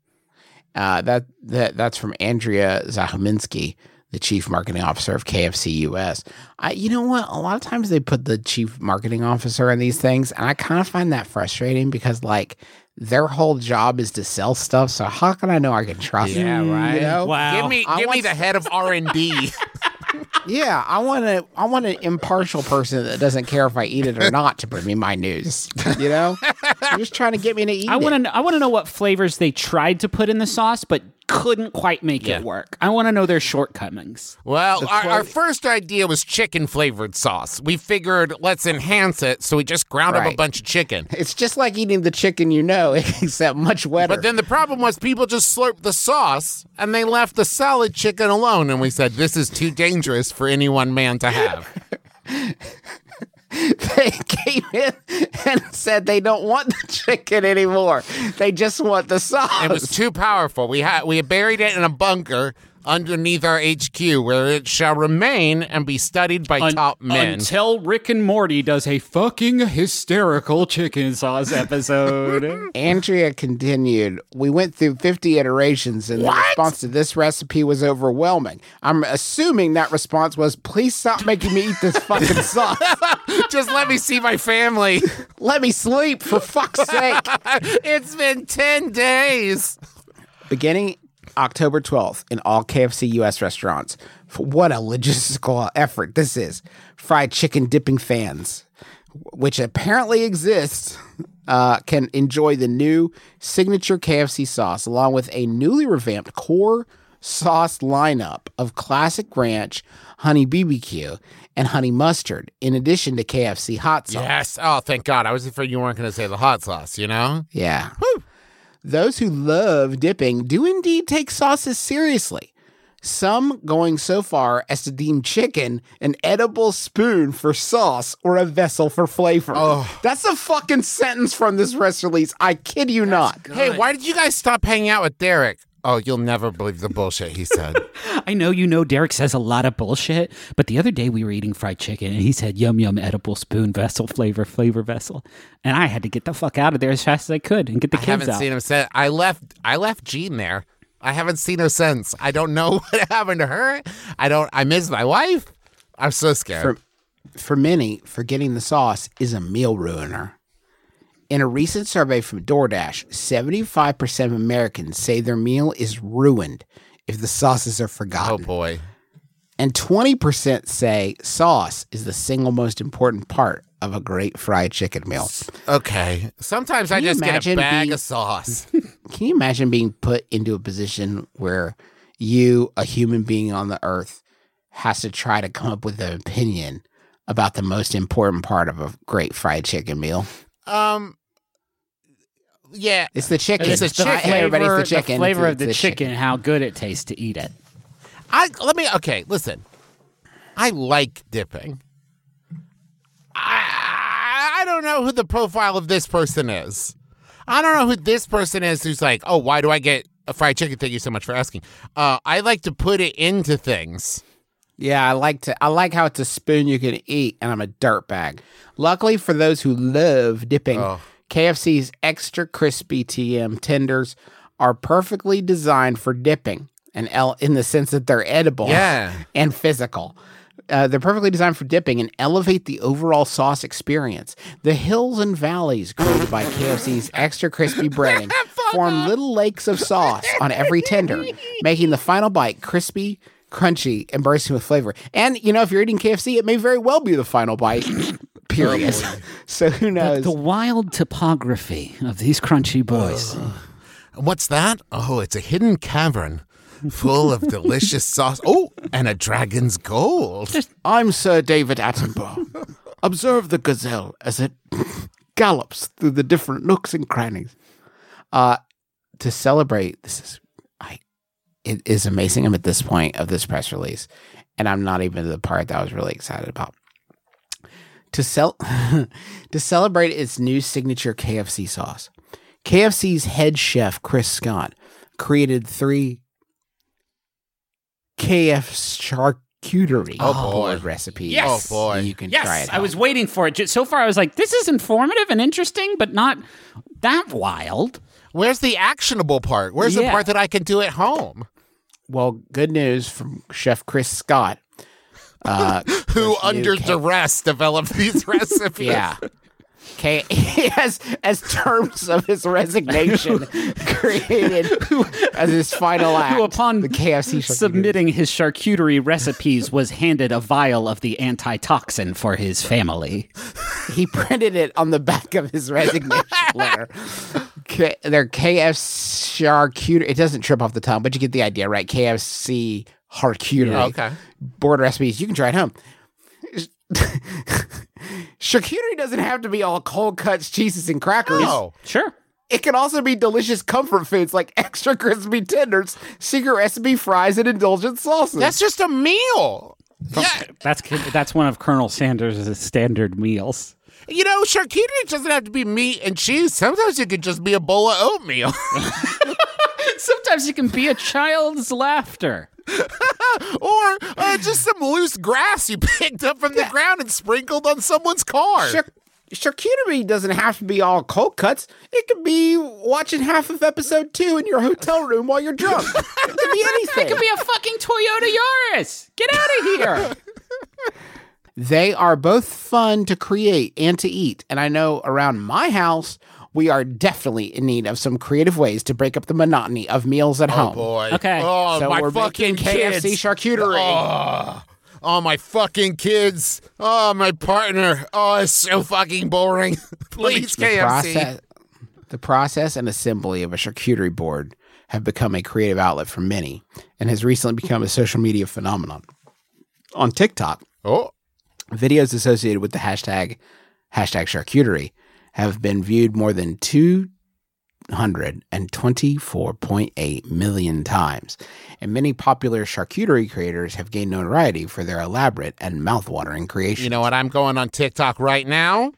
S2: Uh, that that that's from Andrea Zachominski, the chief marketing officer of KFC US. I, you know what? A lot of times they put the chief marketing officer in these things, and I kind of find that frustrating because like their whole job is to sell stuff. So how can I know I can trust? Yeah, right. You know?
S7: Wow.
S3: Give me,
S2: I
S3: give me
S2: want-
S3: the head of R and [LAUGHS] D.
S2: Yeah, I want to. I want an impartial person that doesn't care if I eat it or not to bring me my news. You know, I'm just trying to get me to eat.
S4: I
S2: it.
S4: want to. I want to know what flavors they tried to put in the sauce, but couldn't quite make
S3: Yeah.
S4: it work. I want to know their shortcomings.
S3: Well, our, our
S2: quali-
S3: first idea was chicken flavored sauce. We figured let's enhance it, so we just ground up a
S2: Right.
S3: bunch of chicken.
S2: It's just like eating the chicken, you know, [LAUGHS] except much wetter.
S3: But then the problem was people just slurped the sauce and they left the solid chicken alone. And we said, this is too dangerous for any one man to have.
S2: [LAUGHS] they came in and said they don't want the chicken anymore. They just want the sauce.
S3: It was too powerful. We had we buried it in a bunker underneath our HQ where it shall remain and be studied by top men.
S4: Until Rick and Morty does a fucking hysterical chicken sauce [LAUGHS] episode.
S2: Andrea continued, We went through 50 iterations, and the response to this recipe was overwhelming. I'm assuming that response was, Please stop making me eat this [LAUGHS] fucking sauce.
S3: [LAUGHS] just let me see my family.
S2: Let me sleep, for fuck's sake.
S3: it's been 10 days.
S2: Beginning October 12th in all KFC US restaurants. F- What a logistical effort this is. Fried chicken dipping fans, which apparently exists, uh, can enjoy the new signature KFC sauce along with a newly revamped core sauce lineup of classic ranch, honey BBQ, and honey mustard, in addition to KFC hot sauce.
S3: Yes. Oh, thank God. I was afraid you weren't going to say the hot sauce, you know?
S2: Yeah. Those who love dipping do indeed take sauces seriously. Some going so far as to deem chicken an edible spoon for sauce or a vessel for flavor.
S3: Oh.
S2: That's a fucking sentence from this press release. I kid you not.
S3: Hey, why did you guys stop hanging out with Derek? Oh, you'll never believe the bullshit
S2: [LAUGHS]
S3: he said.
S4: I know you know Derek says a lot of bullshit, but the other day we were eating fried chicken and he said yum yum edible spoon vessel flavor flavor vessel, and I had to get the fuck out of there as fast as I could and get the
S3: I
S4: kids
S3: haven't
S4: out.
S3: seen him since. I left. I left Jean there. I haven't seen her since. I don't know [LAUGHS] what happened to her. I don't. I miss my wife. I'm so scared.
S2: For, for many, forgetting the sauce is a meal ruiner. In a recent survey from DoorDash, 75% of Americans say their meal is ruined if the sauces are
S3: oh
S2: forgotten.
S3: boy.
S2: And 20% say sauce is the single most important part of a great fried chicken meal.
S3: Okay. Sometimes I
S2: you
S3: just get a
S2: imagine
S3: bag
S2: being-
S3: of sauce.
S2: Can you imagine being put into a position where you, a human being on the earth, has to try to come up with an opinion about the most important part of a great fried chicken meal?
S3: um. Yeah.
S2: It's the chicken.
S3: It's the
S2: Hey,
S3: chicken.
S2: everybody,
S4: flavor,
S2: it's the chicken.
S4: flavor
S2: It's-
S4: of the,
S2: it's
S4: chicken, how good it tastes to eat it.
S3: I let me okay, listen. I like dipping. I I don't know who the profile of this person is. I don't know who this person is who's like, oh, why do I get a fried chicken? Thank you so much for asking. Uh, I like to put it into things.
S2: Yeah, I like to. I like how it's a spoon you can eat, and I'm a dirt bag. Luckily for those who love dipping, KFC's extra crispy TM tenders are perfectly designed for dipping, and el- in the sense that they're edible, [LAUGHS]
S3: Yeah.
S2: and physical. Uh, they're perfectly designed for dipping and elevate the overall sauce experience. The hills and valleys created by KFC's extra
S4: [LAUGHS]
S2: crispy breading form little lakes of sauce on every tender, making the final bite crispy, crunchy, and bursting with flavor. And you know, if you're eating KFC, it may very well be the final
S4: [COUGHS]
S2: bite. Period. [LAUGHS] so who
S4: But
S2: knows?
S4: the wild topography of these crunchy boys.
S3: What's that? Oh, it's a hidden cavern full of [LAUGHS] delicious sauce. Oh, and a dragon's gold.
S2: I'm Sir David
S4: [LAUGHS]
S2: Attenborough. Observe the gazelle as it [COUGHS] gallops through the different nooks and crannies. Uh, to celebrate, this is I. It is amazing. I'm at this point of this press release, and I'm not even to the part that I was really excited about. To sell, [LAUGHS] to celebrate its new signature KFC sauce, KFC's head chef Chris Scott created three KF charcuterie
S3: Oh, boy.
S2: board recipes.
S3: Yes. Oh, boy.
S2: you can try
S4: Yes,
S2: it.
S4: I was waiting for it. Ju- So far, I was like, this is informative and interesting, but not that wild.
S3: Where's the actionable part? Where's the
S4: Yeah.
S3: part that I can do at home?
S2: Well, good news from Chef Chris Scott. Uh,
S3: who
S2: Those new
S3: under
S2: cake-
S3: duress developed [LAUGHS] these recipes.
S2: yeah. K- [LAUGHS] as as terms of his resignation created as his final act.
S4: Who, upon
S2: the KFC charcuterie.
S4: submitting his charcuterie recipes, was handed a vial of the antitoxin for his family.
S2: he printed it on the back of his resignation letter. K- their KFC charcuterie. It doesn't trip off the tongue, but you get the idea, right? KFC charcuterie.
S3: okay.
S2: Board recipes. You can try it home. [LAUGHS] charcuterie doesn't have to be all cold cuts, cheeses, and crackers.
S3: No.
S4: Sure.
S2: It can also be delicious comfort foods like [LAUGHS] extra crispy tenders, secret recipe fries, and indulgent sauces.
S3: That's just a meal. Yeah,
S4: That's that's one of Colonel Sanders' standard meals.
S3: you know, charcuterie doesn't have to be meat and cheese. Sometimes it could just be a bowl of
S2: [LAUGHS]
S3: oatmeal.
S4: [LAUGHS] Sometimes it can be a child's laughter.
S3: or uh, just some loose grass you picked up from the ground and sprinkled on someone's car.
S2: Char- charcuterie doesn't have to be all cold cuts. It could be watching half of episode two in your hotel room while you're [LAUGHS] drunk. it could be anything.
S4: It could be a fucking Toyota Yaris. Get out of here.
S2: they are both fun to create and to eat. And I know around my house, we are definitely in need of some creative ways to break up the monotony of meals at home.
S3: boy.
S4: Okay.
S3: Oh,
S2: So
S3: my
S2: we're
S3: fucking
S2: making KFC
S3: kids.
S2: charcuterie.
S3: Oh, oh, my fucking kids. Oh, my partner. Oh, it's so fucking boring. [LAUGHS] Please,
S2: The
S3: KFC.
S2: process, the process and assembly of a charcuterie board have become a creative outlet for many and has recently become a social media phenomenon. On TikTok,
S3: Oh,
S2: videos associated with the hashtag hashtag charcuterie have been viewed more than 224.8 million times and many popular charcuterie creators have gained notoriety for their elaborate and mouthwatering creations
S3: you know what? I'm going on TikTok right now.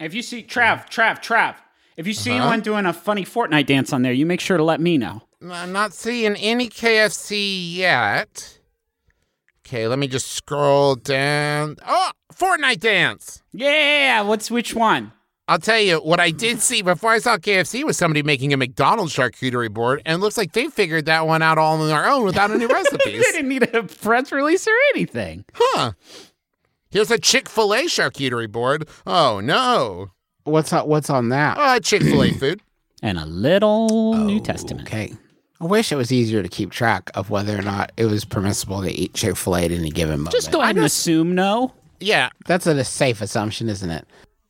S4: If you see Trav, Trav, Trav, if you see anyone doing a funny Fortnite dance on there, you make sure to let me know.
S3: I'm not seeing any KFC yet. Okay, let me just scroll down. Oh, Fortnite dance.
S4: Yeah, what's which one?
S3: I'll tell you what I did see before I saw KFC was somebody making a McDonald's charcuterie board, and it looks like they figured that one out all on their own without
S2: [LAUGHS]
S3: any
S4: They
S3: recipes.
S4: didn't need a press release or anything.
S3: Huh. Here's a Chick fil A charcuterie board. Oh, no.
S2: what's on, what's on that
S3: Uh, Chick
S2: [CLEARS THROAT]
S3: fil A food.
S4: And a little New Testament.
S2: okay I wish it was easier to keep track of whether or not it was permissible to eat Chick fil A at any given moment.
S4: Just go ahead and assume no.
S3: Yeah.
S2: That's a safe assumption, isn't it?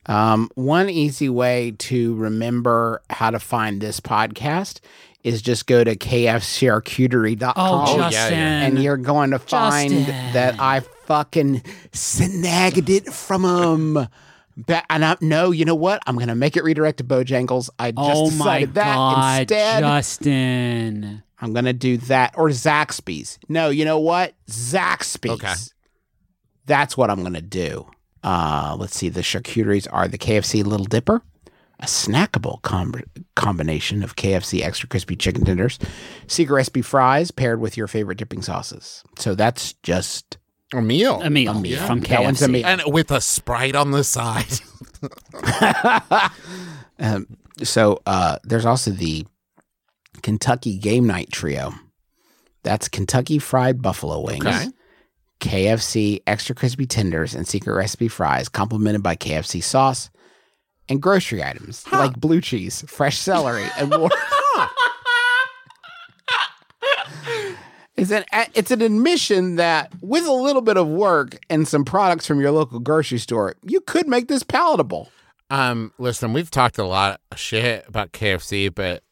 S2: Um, one easy way to remember how to find this podcast is just go to kfcharcuterie.com.
S4: Oh,
S3: yeah,
S4: Justin.
S3: yeah.
S2: and you're going to find
S4: Justin.
S2: that I fucking snagged it from him. But, and I no, you know what? I'm gonna make it redirect to Bojangles. I just
S4: oh my
S2: decided that
S4: God,
S2: instead.
S4: Justin.
S2: I'm gonna do that or Zaxby's. No, you know what? Zaxby's.
S3: Okay.
S2: That's what I'm gonna do. Uh, let's see. The charcuteries are the KFC Little Dipper, a snackable com- combination of KFC extra crispy chicken tenders, secret recipe fries paired with your favorite dipping sauces. So that's just
S3: A meal.
S4: A meal, from KFC.
S2: Oh, that one's a meal.
S3: and with a sprite on the side.
S2: So uh, there's also the Kentucky Game Night Trio. That's Kentucky Fried Buffalo Wings,
S3: Okay.
S2: KFC Extra Crispy Tenders, and Secret Recipe Fries, complemented by KFC sauce and grocery items like blue cheese, fresh celery, and more. It's an it's an admission that with a little bit of work and some products from your local grocery store, you could make this palatable.
S3: Um, listen, we've talked a lot of shit about KFC, but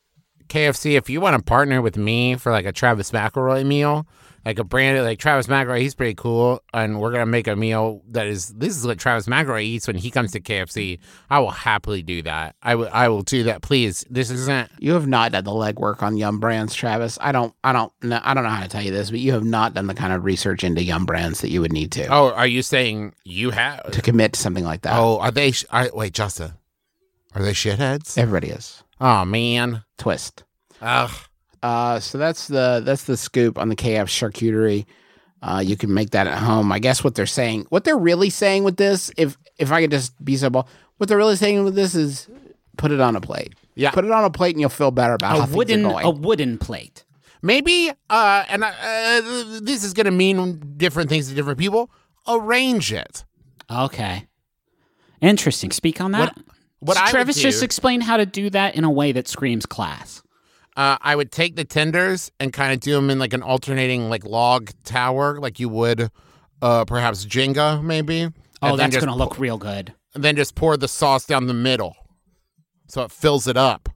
S3: KFC, if you want to partner with me for like a Travis McElroy meal, like a branded, like Travis McElroy, he's pretty cool, and we're gonna make a meal that is this is what Travis McElroy eats when he comes to KFC. I will happily do that. I will, I will do that. Please, this isn't.
S2: You have not done the legwork on Yum Brands, Travis. I don't, I don't, know, I don't know how to tell you this, but you have not done the kind of research into Yum Brands that you would need to
S3: Oh, are you saying you have?
S2: to commit to something like that.
S3: Oh, are they? Sh- I, wait, Justin, are they shitheads?
S2: everybody is
S3: Oh man,
S2: twist.
S3: ugh.
S2: Uh, so that's the that's the scoop on the KF charcuterie. Uh, you can make that at home. I guess what they're saying, what they're really saying with this, if if I could just be so bold, what they're really saying with this is put it on a plate.
S3: Yeah.
S2: put it on a plate and you'll feel better about how
S4: A
S2: things are
S4: wooden,
S2: going. Uh,
S4: a wooden plate.
S3: Maybe, uh, and uh, this is going to mean different things to different people. Arrange it.
S4: Okay. Interesting. Speak on that.
S3: What I would
S4: Travis
S3: do-
S4: just explained how to do that in a way that screams class.
S3: Uh, I would take the tenders and kind of do them in like an alternating like log tower, like you would uh, perhaps Jenga, maybe.
S4: Oh,
S3: and then
S4: that's
S3: just
S4: going to look real good.
S3: And then just pour the sauce down the middle, so it fills it up.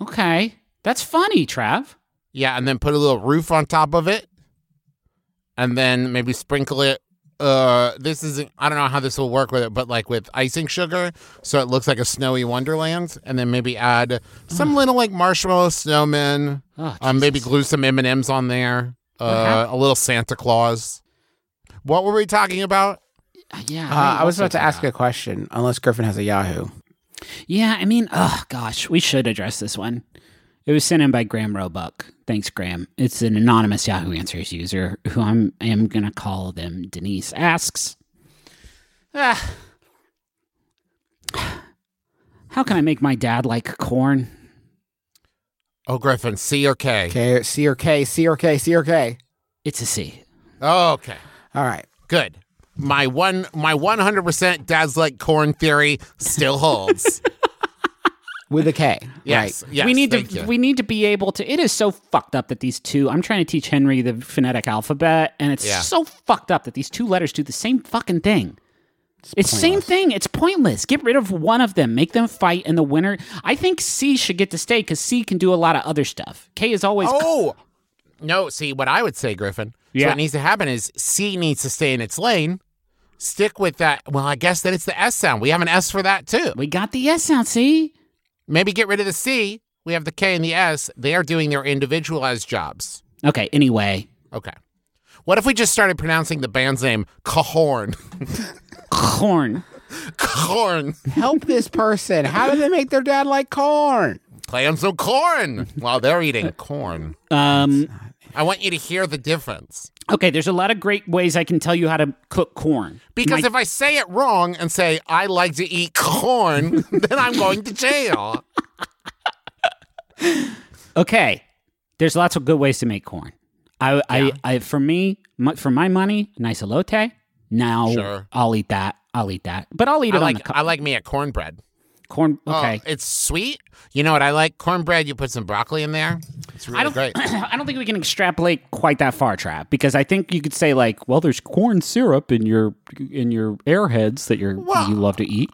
S4: Okay. That's funny, Trav.
S3: Yeah, and then put a little roof on top of it, and then maybe sprinkle it. Uh, this is I don't know how this will work with it, but like with icing sugar, so it looks like a snowy wonderland, and then maybe add some little like marshmallow snowmen.
S4: Oh,
S3: um, maybe glue some M and M's on there. Uh, a little Santa Claus. What were we talking about?
S4: Uh, Yeah.
S2: uh, I was about
S4: also
S2: to ask
S4: forgot.
S2: a question, unless Griffin has a Yahoo.
S4: Yeah, I mean, oh gosh, we should address this one. It was sent in by Graham Roebuck. Thanks, Graham. It's an anonymous Yahoo Answers user who I'm I am gonna call them Denise asks. Ah, how can I make my dad like corn?
S3: Oh, Griffin, C or K?
S2: K C or K C or K C or K.
S4: It's a C.
S3: Oh, okay,
S2: All right.
S3: good. My one, my one hundred percent dad's like corn theory still holds.
S2: with a K.
S3: Yes,
S2: Right.
S3: yes.
S4: we need
S3: thank
S4: to
S3: you.
S4: we need to be able to it is so fucked up that these two I'm trying to teach Henry the phonetic alphabet and it's
S3: Yeah.
S4: so fucked up that these two letters do the same fucking thing. It's same thing. It's pointless. Get rid of one of them. Make them fight, and the winner. I think C should get to stay because C can do a lot of other stuff. K is always
S3: Oh no! See what I would say, Griffin. So
S4: Yeah.
S3: what needs to happen is C needs to stay in its lane. Stick with that. Well, I guess that it's the S sound. We have an S for that too.
S4: we got the S sound. See,
S3: Maybe get rid of the C. We have the K and the S. They are doing their individualized jobs.
S4: okay. Anyway,
S3: Okay. What if we just started pronouncing the band's name Cahorn? [LAUGHS]
S4: corn.
S3: Corn.
S2: Help this person. How do they make their dad like corn?
S3: Play them some corn while they're eating corn.
S4: Um,
S3: I want you to hear the difference.
S4: okay. There's a lot of great ways I can tell you how to cook corn.
S3: Because if I say it wrong and say, I like to eat
S4: [LAUGHS]
S3: corn, then I'm going to jail.
S4: Okay, there's lots of good ways to make corn. I, I, I, for me, my, for my money, nice elote. Now
S3: Sure.
S4: I'll eat that. I'll eat that. But I'll eat
S3: I
S4: it on
S3: like,
S4: the co-
S3: I like me a cornbread.
S4: corn.
S3: Oh,
S4: Okay.
S3: it's sweet. You know what I like? Cornbread, you put some broccoli in there. It's really
S4: I don't.
S3: great.
S4: [CLEARS THROAT] I don't think we can extrapolate quite that far, Trap, because I think you could say like, well, there's corn syrup in your in your airheads that you're
S3: Well-
S4: you love to eat.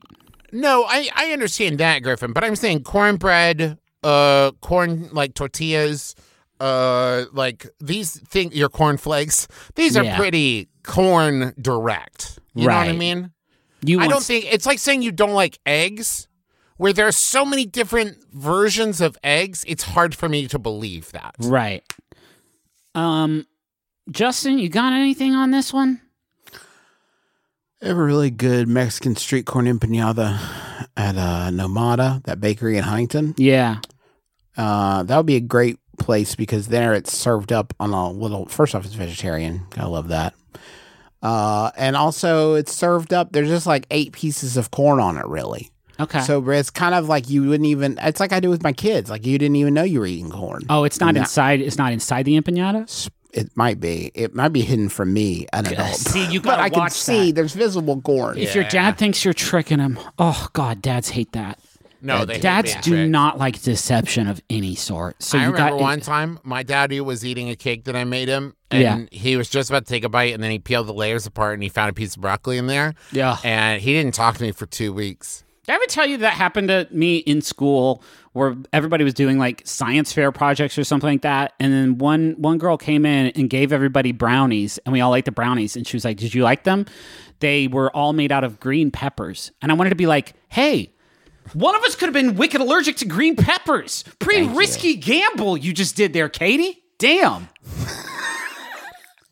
S3: No, I, I understand that, Griffin, but I'm saying cornbread, uh, corn like tortillas, uh, like these thing your cornflakes. These are
S4: Yeah.
S3: pretty corn direct. You know what I
S4: Right.
S3: mean?
S4: You
S3: I
S4: want
S3: don't
S4: s-
S3: think it's like saying you don't like eggs, where there are so many different versions of eggs. It's hard for me to believe that.
S4: right. Um, Justin, you got anything on this one?
S2: They have a really good Mexican street corn empanada at uh, Nomada, that bakery in Huntington.
S4: Yeah.
S2: Uh, that would be a great place because there it's served up on a little. First off, it's vegetarian. I love that. Uh, and also it's served up. There's just like eight pieces of corn on it, really.
S4: Okay.
S2: So but it's kind of like you wouldn't even. It's like I do with my kids. Like you didn't even know you were eating corn.
S4: oh, it's not
S2: No.
S4: inside. It's not inside the empanada.
S2: It might be. It might be hidden from me, an adult.
S4: see, you
S2: but
S4: gotta
S2: I can
S4: watch
S2: see
S4: that.
S2: there's visible corn.
S4: If your dad thinks you're tricking him, oh god, dads hate that.
S3: No, they hate
S4: Dads
S3: being
S4: do
S3: tricked.
S4: not like deception of any sort. So
S3: I
S4: you
S3: remember
S4: got
S3: one time my daddy was eating a cake that I made him,
S4: Yeah.
S3: and he was just about to take a bite, and then he peeled the layers apart, and he found a piece of broccoli in there.
S4: Yeah.
S3: and he didn't talk to me for two weeks.
S4: Did I ever tell you that happened to me in school where everybody was doing like science fair projects or something like that? And then one one girl came in and gave everybody brownies and we all ate the brownies and she was like, Did you like them? They were all made out of green peppers. And I wanted to be like, hey, one of us could have been wicked allergic to green peppers. Pretty risky gamble you just did there, Katie. Damn.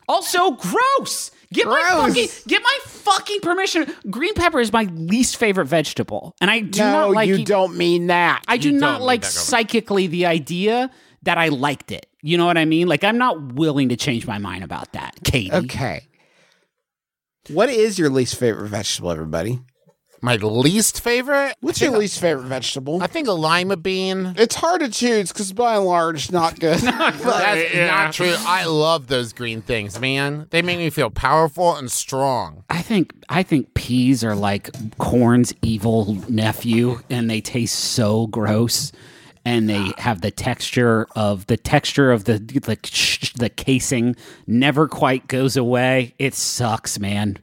S4: also gross. Get my
S2: Gross.
S4: fucking get my fucking permission. Green pepper is my least favorite vegetable, and I do
S2: no,
S4: not like.
S2: you
S4: it-
S2: don't mean that.
S4: I do
S3: don't
S4: not
S3: mean
S4: like
S3: that, Robert.
S4: psychically the idea that I liked it. You know what I mean? Like I'm not willing to change my mind about that, Katie.
S2: Mm-hmm. okay. What is your least favorite vegetable, everybody?
S3: My least favorite?
S2: What's your least favorite vegetable?
S3: I think a lima
S2: [LAUGHS]
S3: bean.
S2: It's hard to choose because by and large, not
S4: [LAUGHS]
S2: good.
S3: That's not true. I love those green things, man. They make me feel powerful and strong.
S4: I think I think peas are like corn's evil nephew, and they taste so gross, and they have the texture of the texture of the the the casing never quite goes away. It sucks, man.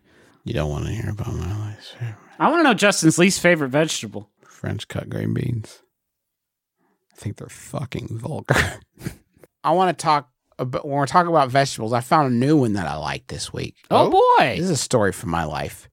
S2: you don't want to hear about my least favorite
S4: I want to know Justin's least favorite vegetable.
S2: French cut green beans. I think they're fucking vulgar. [LAUGHS] I want to talk about when we're talking about vegetables. I found a new one that I like this week.
S4: Oh,
S2: This
S4: boy,
S2: is a story from my life.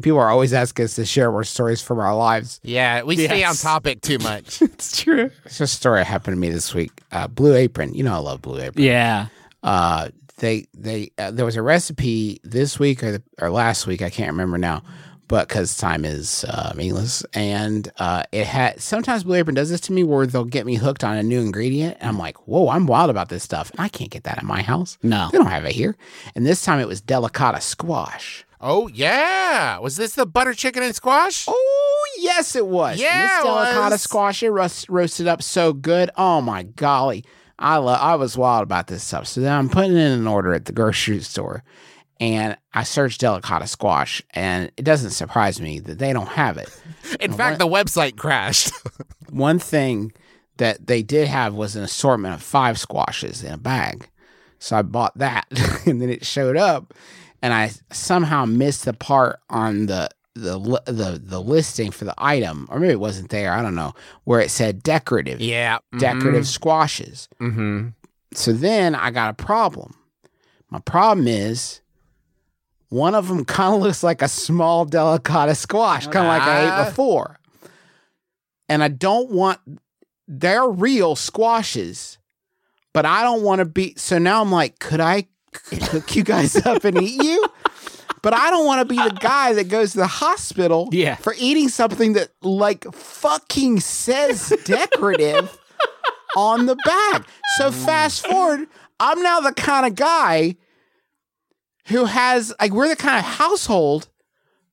S2: People are always asking us to share more stories from our lives.
S3: Yeah, we stay on
S4: Yes.
S3: topic too
S4: [LAUGHS]
S3: much.
S4: it's true.
S2: It's just a story that happened to me this week. Uh, Blue Apron, you know I love Blue Apron.
S4: Yeah,
S2: Uh, they they uh, there was a recipe this week or the, or last week I can't remember now, but because time is uh, meaningless and uh, it had sometimes Blue Apron does this to me where they'll get me hooked on a new ingredient and I'm like whoa I'm wild about this stuff and I can't get that at my house.
S4: No.
S2: they don't have it here. And this time it was delicata squash.
S3: oh, yeah. Was this the butter chicken and squash?
S2: Oh yes, it was.
S3: Yeah,
S2: this
S3: it
S2: delicata
S3: was.
S2: squash it roast, roasted up so good. Oh my golly, I love. I was wild about this stuff. So then I'm putting in an order at the grocery store, and I search delicata squash, and it doesn't surprise me that they don't have it.
S3: In fact, the website crashed. [LAUGHS]
S2: one thing that they did have was an assortment of five squashes in a bag. So I bought that [LAUGHS] and then it showed up and I somehow missed the part on the the li- the the listing for the item or maybe it wasn't there, I don't know, where it said decorative.
S3: Yeah.
S2: Decorative squashes.
S3: Mm-hmm.
S2: So then I got a problem. My problem is one of [LAUGHS] them kind of looks like a small delicata squash, kind of like I
S3: Ah.
S2: ate before. And I don't want, they're real squashes, but I don't want to be. So now I'm like, could I c-
S3: [COUGHS]
S2: cook you guys [LAUGHS] up and eat you? But I don't want to be the guy that goes to the hospital
S4: Yeah.
S2: for eating something that like fucking says decorative on the back. So fast forward, I'm now the kind of guy who has like we're the kind of household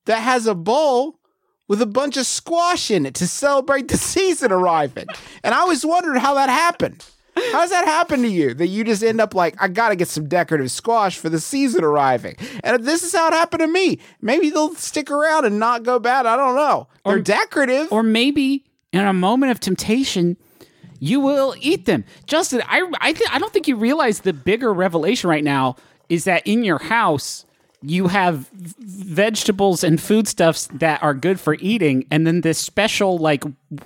S2: that has a bowl with a bunch of squash in it to celebrate the [LAUGHS] season arriving. And I always wondered how that happened. How's that happen to you? That you just end up like, I gotta get some decorative squash for the season arriving. And if this is how it happened to me, maybe they'll stick around and not go bad. I don't know.
S3: Um,
S2: They're decorative.
S4: Or maybe in a moment of temptation, you will eat them. Justin, I I, th- I don't think you realize the bigger revelation right now is that in your house you have v- vegetables and foodstuffs that are good for eating and then this special like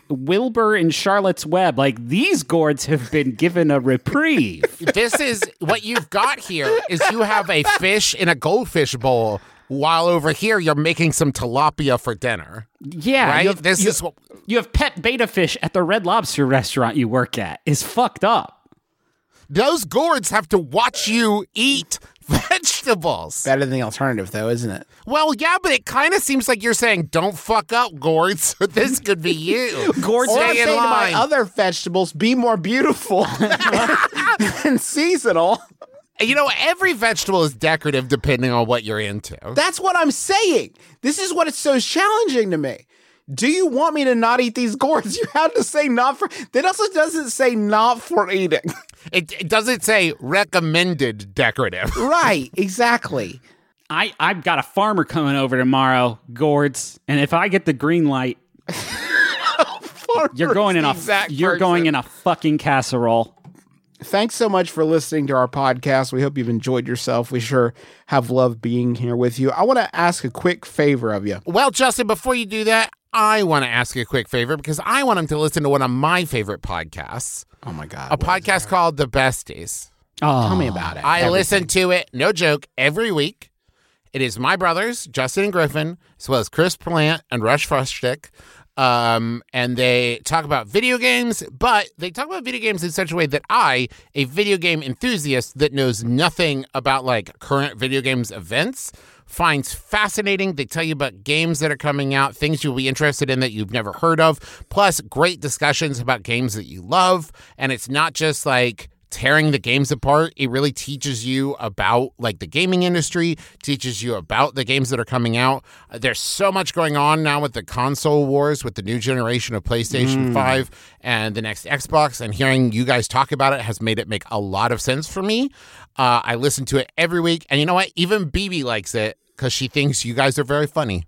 S4: Wilbur and Charlotte's web like these gourds have been given a reprieve.
S3: [LAUGHS] this is what you've got here is you have a fish in a goldfish bowl while over here you're making some tilapia for dinner
S4: [LAUGHS] yeah,
S3: right
S4: you have,
S3: this
S4: you-
S3: is what
S4: you have pet beta fish at the Red Lobster restaurant you work at is fucked up.
S3: those gourds have to watch you eat [LAUGHS] vegetables
S2: Better than the alternative though, isn't it?
S3: well yeah but it kind of seems like you're saying don't fuck up gourds [LAUGHS] this could be you
S4: Gourds
S2: Or I'm
S3: stay in
S2: saying to my
S3: line
S2: other vegetables, be more
S3: [LAUGHS]
S2: beautiful [LAUGHS] and seasonal.
S3: you know every vegetable is decorative depending on what you're into
S2: That's what I'm saying. This is what it's so challenging to me. Do you want me to not eat these gourds? [LAUGHS] You have to say not for. That also doesn't say not for eating. [LAUGHS]
S3: it, it doesn't say recommended decorative [LAUGHS]
S2: right, exactly.
S4: I, I've got a farmer coming over tomorrow, Gourds, and if I get the green light, you're going in a
S2: Exact
S4: you're
S2: person.
S4: going in a fucking casserole.
S2: Thanks so much for listening to our podcast. We hope you've enjoyed yourself. We sure have loved being here with you. I want to ask a quick favor of you.
S3: Well, Justin, before you do that, I want to ask you a quick favor because I want him to listen to one of my favorite podcasts,
S2: Oh my God.
S3: a podcast called The Besties.
S4: Oh,
S2: Tell me about it.
S3: Uh, I listen to it, no joke, every week. It is my brothers, Justin and Griffin, as well as Chris Plant and Rush Frustick. Um, and they talk about video games, but they talk about video games in such a way that I, a video game enthusiast that knows nothing about like current video games events, finds fascinating. They tell you about games that are coming out, things you'll be interested in that you've never heard of, plus great discussions about games that you love. And it's not just like tearing the games apart. It really teaches you about like the gaming industry, teaches you about the games that are coming out. Uh, There's so much going on now with the console wars with the new generation of PlayStation 5 and the next Xbox and hearing you guys talk about it has made it make a lot of sense for me. Uh, I listen to it every week and you know what? Even BB likes it cuz she thinks you guys are very funny.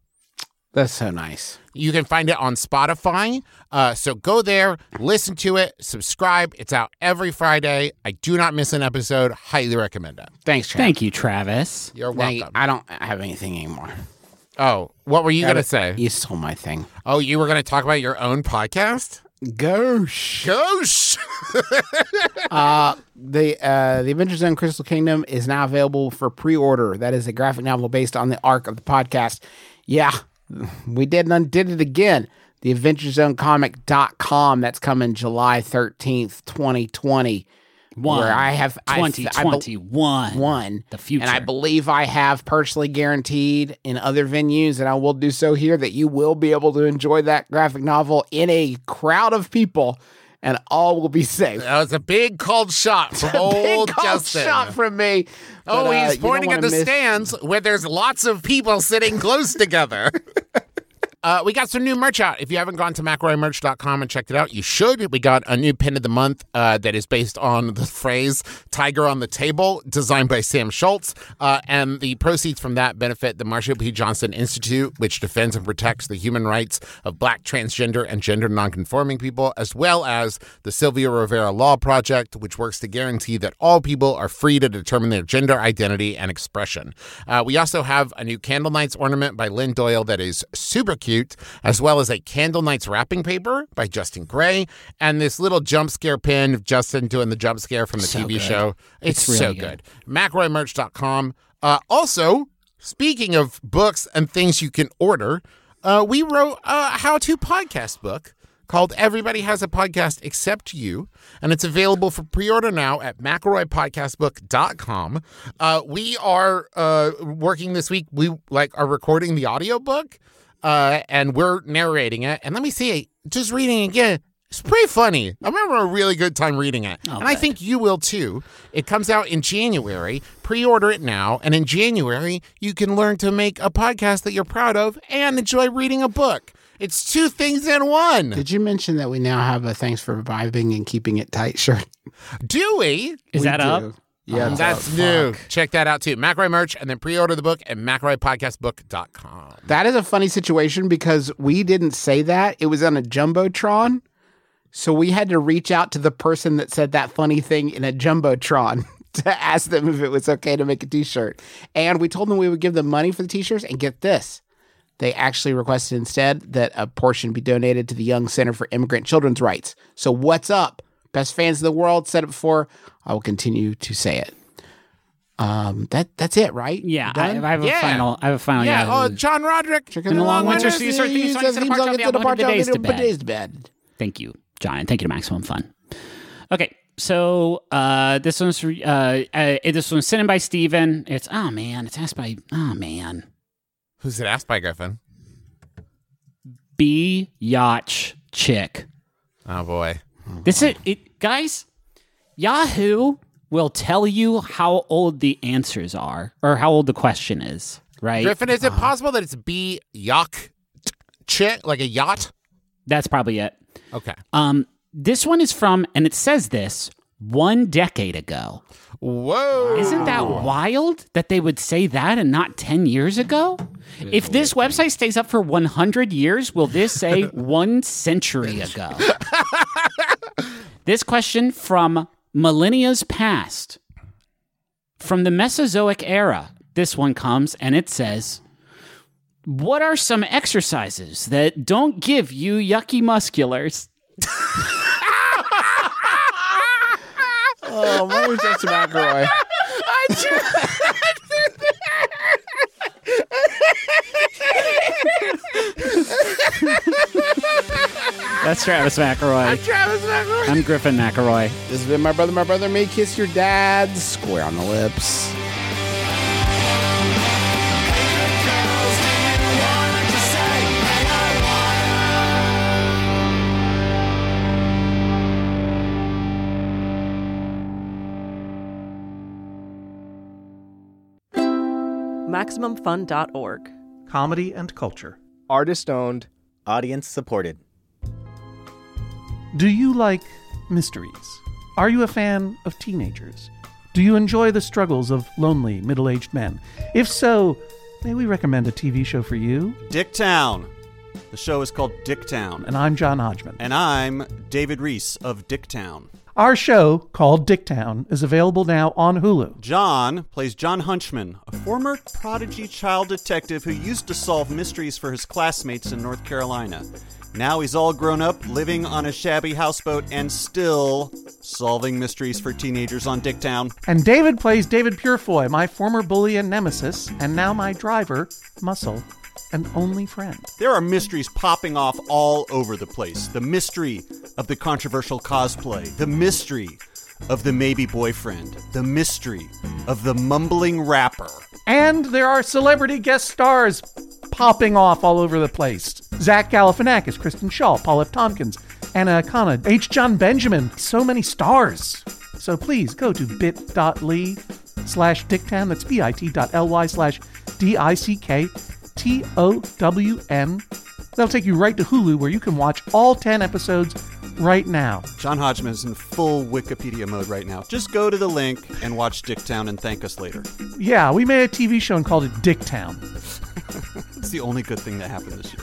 S2: That's so nice.
S3: You can find it on Spotify. Uh, so go there, listen to it, subscribe. It's out every Friday. I do not miss an episode. Highly recommend it.
S2: Thanks, Chad.
S4: Thank you, Travis.
S3: You're
S2: Thank you.
S3: welcome.
S2: I don't have anything anymore.
S3: Oh, what were you going to
S2: Travis,
S3: say?
S2: You stole my thing.
S3: Oh, you were going to talk about your own podcast?
S2: Gosh.
S3: Gosh.
S2: Uh, the uh, the Adventure Zone Crystal Kingdom is now available for pre-order. That is a graphic novel based on the arc of the podcast. Yeah, we did and undid it again. The AdventureZoneComic.com. That's coming July 13th, 2020.
S4: One
S2: Where I have I- I bel-
S4: 2021.
S2: one.
S4: The future.
S2: And I believe I have personally guaranteed in other venues, and I will do so here, that you will be able to enjoy that graphic novel in a crowd of people and all will be safe.
S3: That was a big
S2: [LAUGHS]
S3: cold shot from old
S2: Big cold
S3: Justin.
S2: shot from me.
S3: oh,
S2: But, uh,
S3: he's
S2: you don't
S3: pointing at
S2: wanna
S3: the
S2: miss- [LAUGHS]
S3: stands where there's lots of people sitting close together. Uh, we got some new merch out. If you haven't gone to macroymerch.com and checked it out, you should. We got a new pin of the month uh, that is based on the phrase Tiger on the Table, designed by Sam Schultz. Uh, and the proceeds from that benefit the Marshall P. Johnson Institute, which defends and protects the human rights of black, transgender, and gender nonconforming people, as well as the Sylvia Rivera Law Project, which works to guarantee that all people are free to determine their gender identity and expression. Uh, we also have a new Candle Nights ornament by Lynn Doyle that is super cute, as well as a Candle Nights wrapping paper by Justin Gray, and this little jump scare pin of Justin doing the jump scare from the TV show. It's,
S4: It's
S3: so
S4: really
S3: good. MacroyMerch.com. Uh, also, speaking of books and things you can order, uh, we wrote a how to podcast book called Everybody Has a Podcast Except You, and it's available for pre order now at McElroyPodcastBook.com. Uh, we are uh, working this week, we like are recording the audiobook uh, and we're narrating it. And let me see, just reading again. It's pretty funny. I remember a really good time reading it. and I think you will too. It comes out in January. Pre order it now. And in January, you can learn to make a podcast that you're proud of and enjoy reading a book. It's two things in one.
S2: Did you mention that we now have a thanks for vibing and keeping it tight [LAUGHS] shirt?
S3: Do we?
S4: Is that up?
S2: Yeah,
S3: And
S2: it's
S3: that's
S2: up.
S3: new. Check that out too. MacRoy merch and then pre order the book at MacRoyPodcastBook.com.
S2: That is a funny situation because we didn't say that. It was on a jumbotron. So we had to reach out to the person that said that funny thing in a jumbotron [LAUGHS] to ask them if it was okay to make a t-shirt. And we told them we would give them money for the t-shirts and get this. They actually requested instead that a portion be donated to the Young Center for Immigrant Children's Rights. So what's up? Best fans of the world said it before. I will continue to say it. Um, that that's it, right?
S4: Yeah, I,
S2: Done?
S4: I have a
S3: Yeah.
S4: final. I have a final.
S3: Yeah,
S4: yeah.
S3: oh, John Roderick.
S2: Chicken and
S4: along
S2: long
S4: winter
S2: winter
S4: season, things like the part of the outline of the days to bed.
S2: bed.
S4: Thank you, John. and Thank you to Maximum Fun. Okay, so uh, this one's re- uh, uh, this one's sent in by Steven. It's oh man, it's asked by oh man,
S3: Who's it asked by Griffin?
S4: B Yacht Chick.
S3: Oh boy.
S4: This is it, guys. Yahoo will tell you how old the answers are or how old the question is. Right?
S3: Griffin, is it possible that it's B yacht chick like a yacht?
S4: That's probably it.
S3: Okay.
S4: Um, this one is from, and it says this one decade ago.
S3: Whoa.
S4: Isn't that wild that they would say that and not 10 years ago? If this website stays up for 100 years, will this say one century ago? this question from millennia's past, from the Mesozoic era, this one comes and it says, What are some exercises that don't give you yucky musculars?
S2: Oh, mine was just McElroy.
S4: That's Travis McElroy.
S3: Travis McElroy.
S4: I'm Griffin McElroy.
S2: This has been my brother, my brother, me. Kiss your dad square on the lips.
S9: MaximumFun.org.
S7: Comedy and culture.
S10: Artist owned, audience supported.
S7: Do you like mysteries? Are you a fan of teenagers? Do you enjoy the struggles of lonely middle aged men? If so, may we recommend a TV show for you?
S10: Dicktown. The show is called Dicktown.
S7: And I'm John Hodgman.
S10: And I'm David Reese of Dicktown.
S7: Our show, called Dicktown, is available now on Hulu.
S10: John plays John Hunchman, a former prodigy child detective who used to solve mysteries for his classmates in North Carolina. Now he's all grown up, living on a shabby houseboat, and still solving mysteries for teenagers on Dicktown.
S7: And David plays David Purefoy, my former bully and nemesis, and now my driver, muscle, and only friend.
S10: There are mysteries popping off all over the place. The mystery of the controversial cosplay, the mystery of the maybe boyfriend, the mystery of the mumbling rapper.
S7: And there are celebrity guest stars popping off all over the place. Zach Galifianakis, Kristen Shaw, Paul F. Tompkins, Anna Akana, H. John Benjamin. So many stars. So please go to bit.ly slash dictan. That's bit.ly slash D-I-C-K T-O-W-N That'll take you right to Hulu, where you can watch all 10 episodes right now.
S10: John Hodgman is in full Wikipedia mode right now. Just go to the link and watch Dicktown and thank us later.
S7: Yeah, we made a TV show and called it Dicktown.
S10: [LAUGHS] It's the only good thing that happened this year.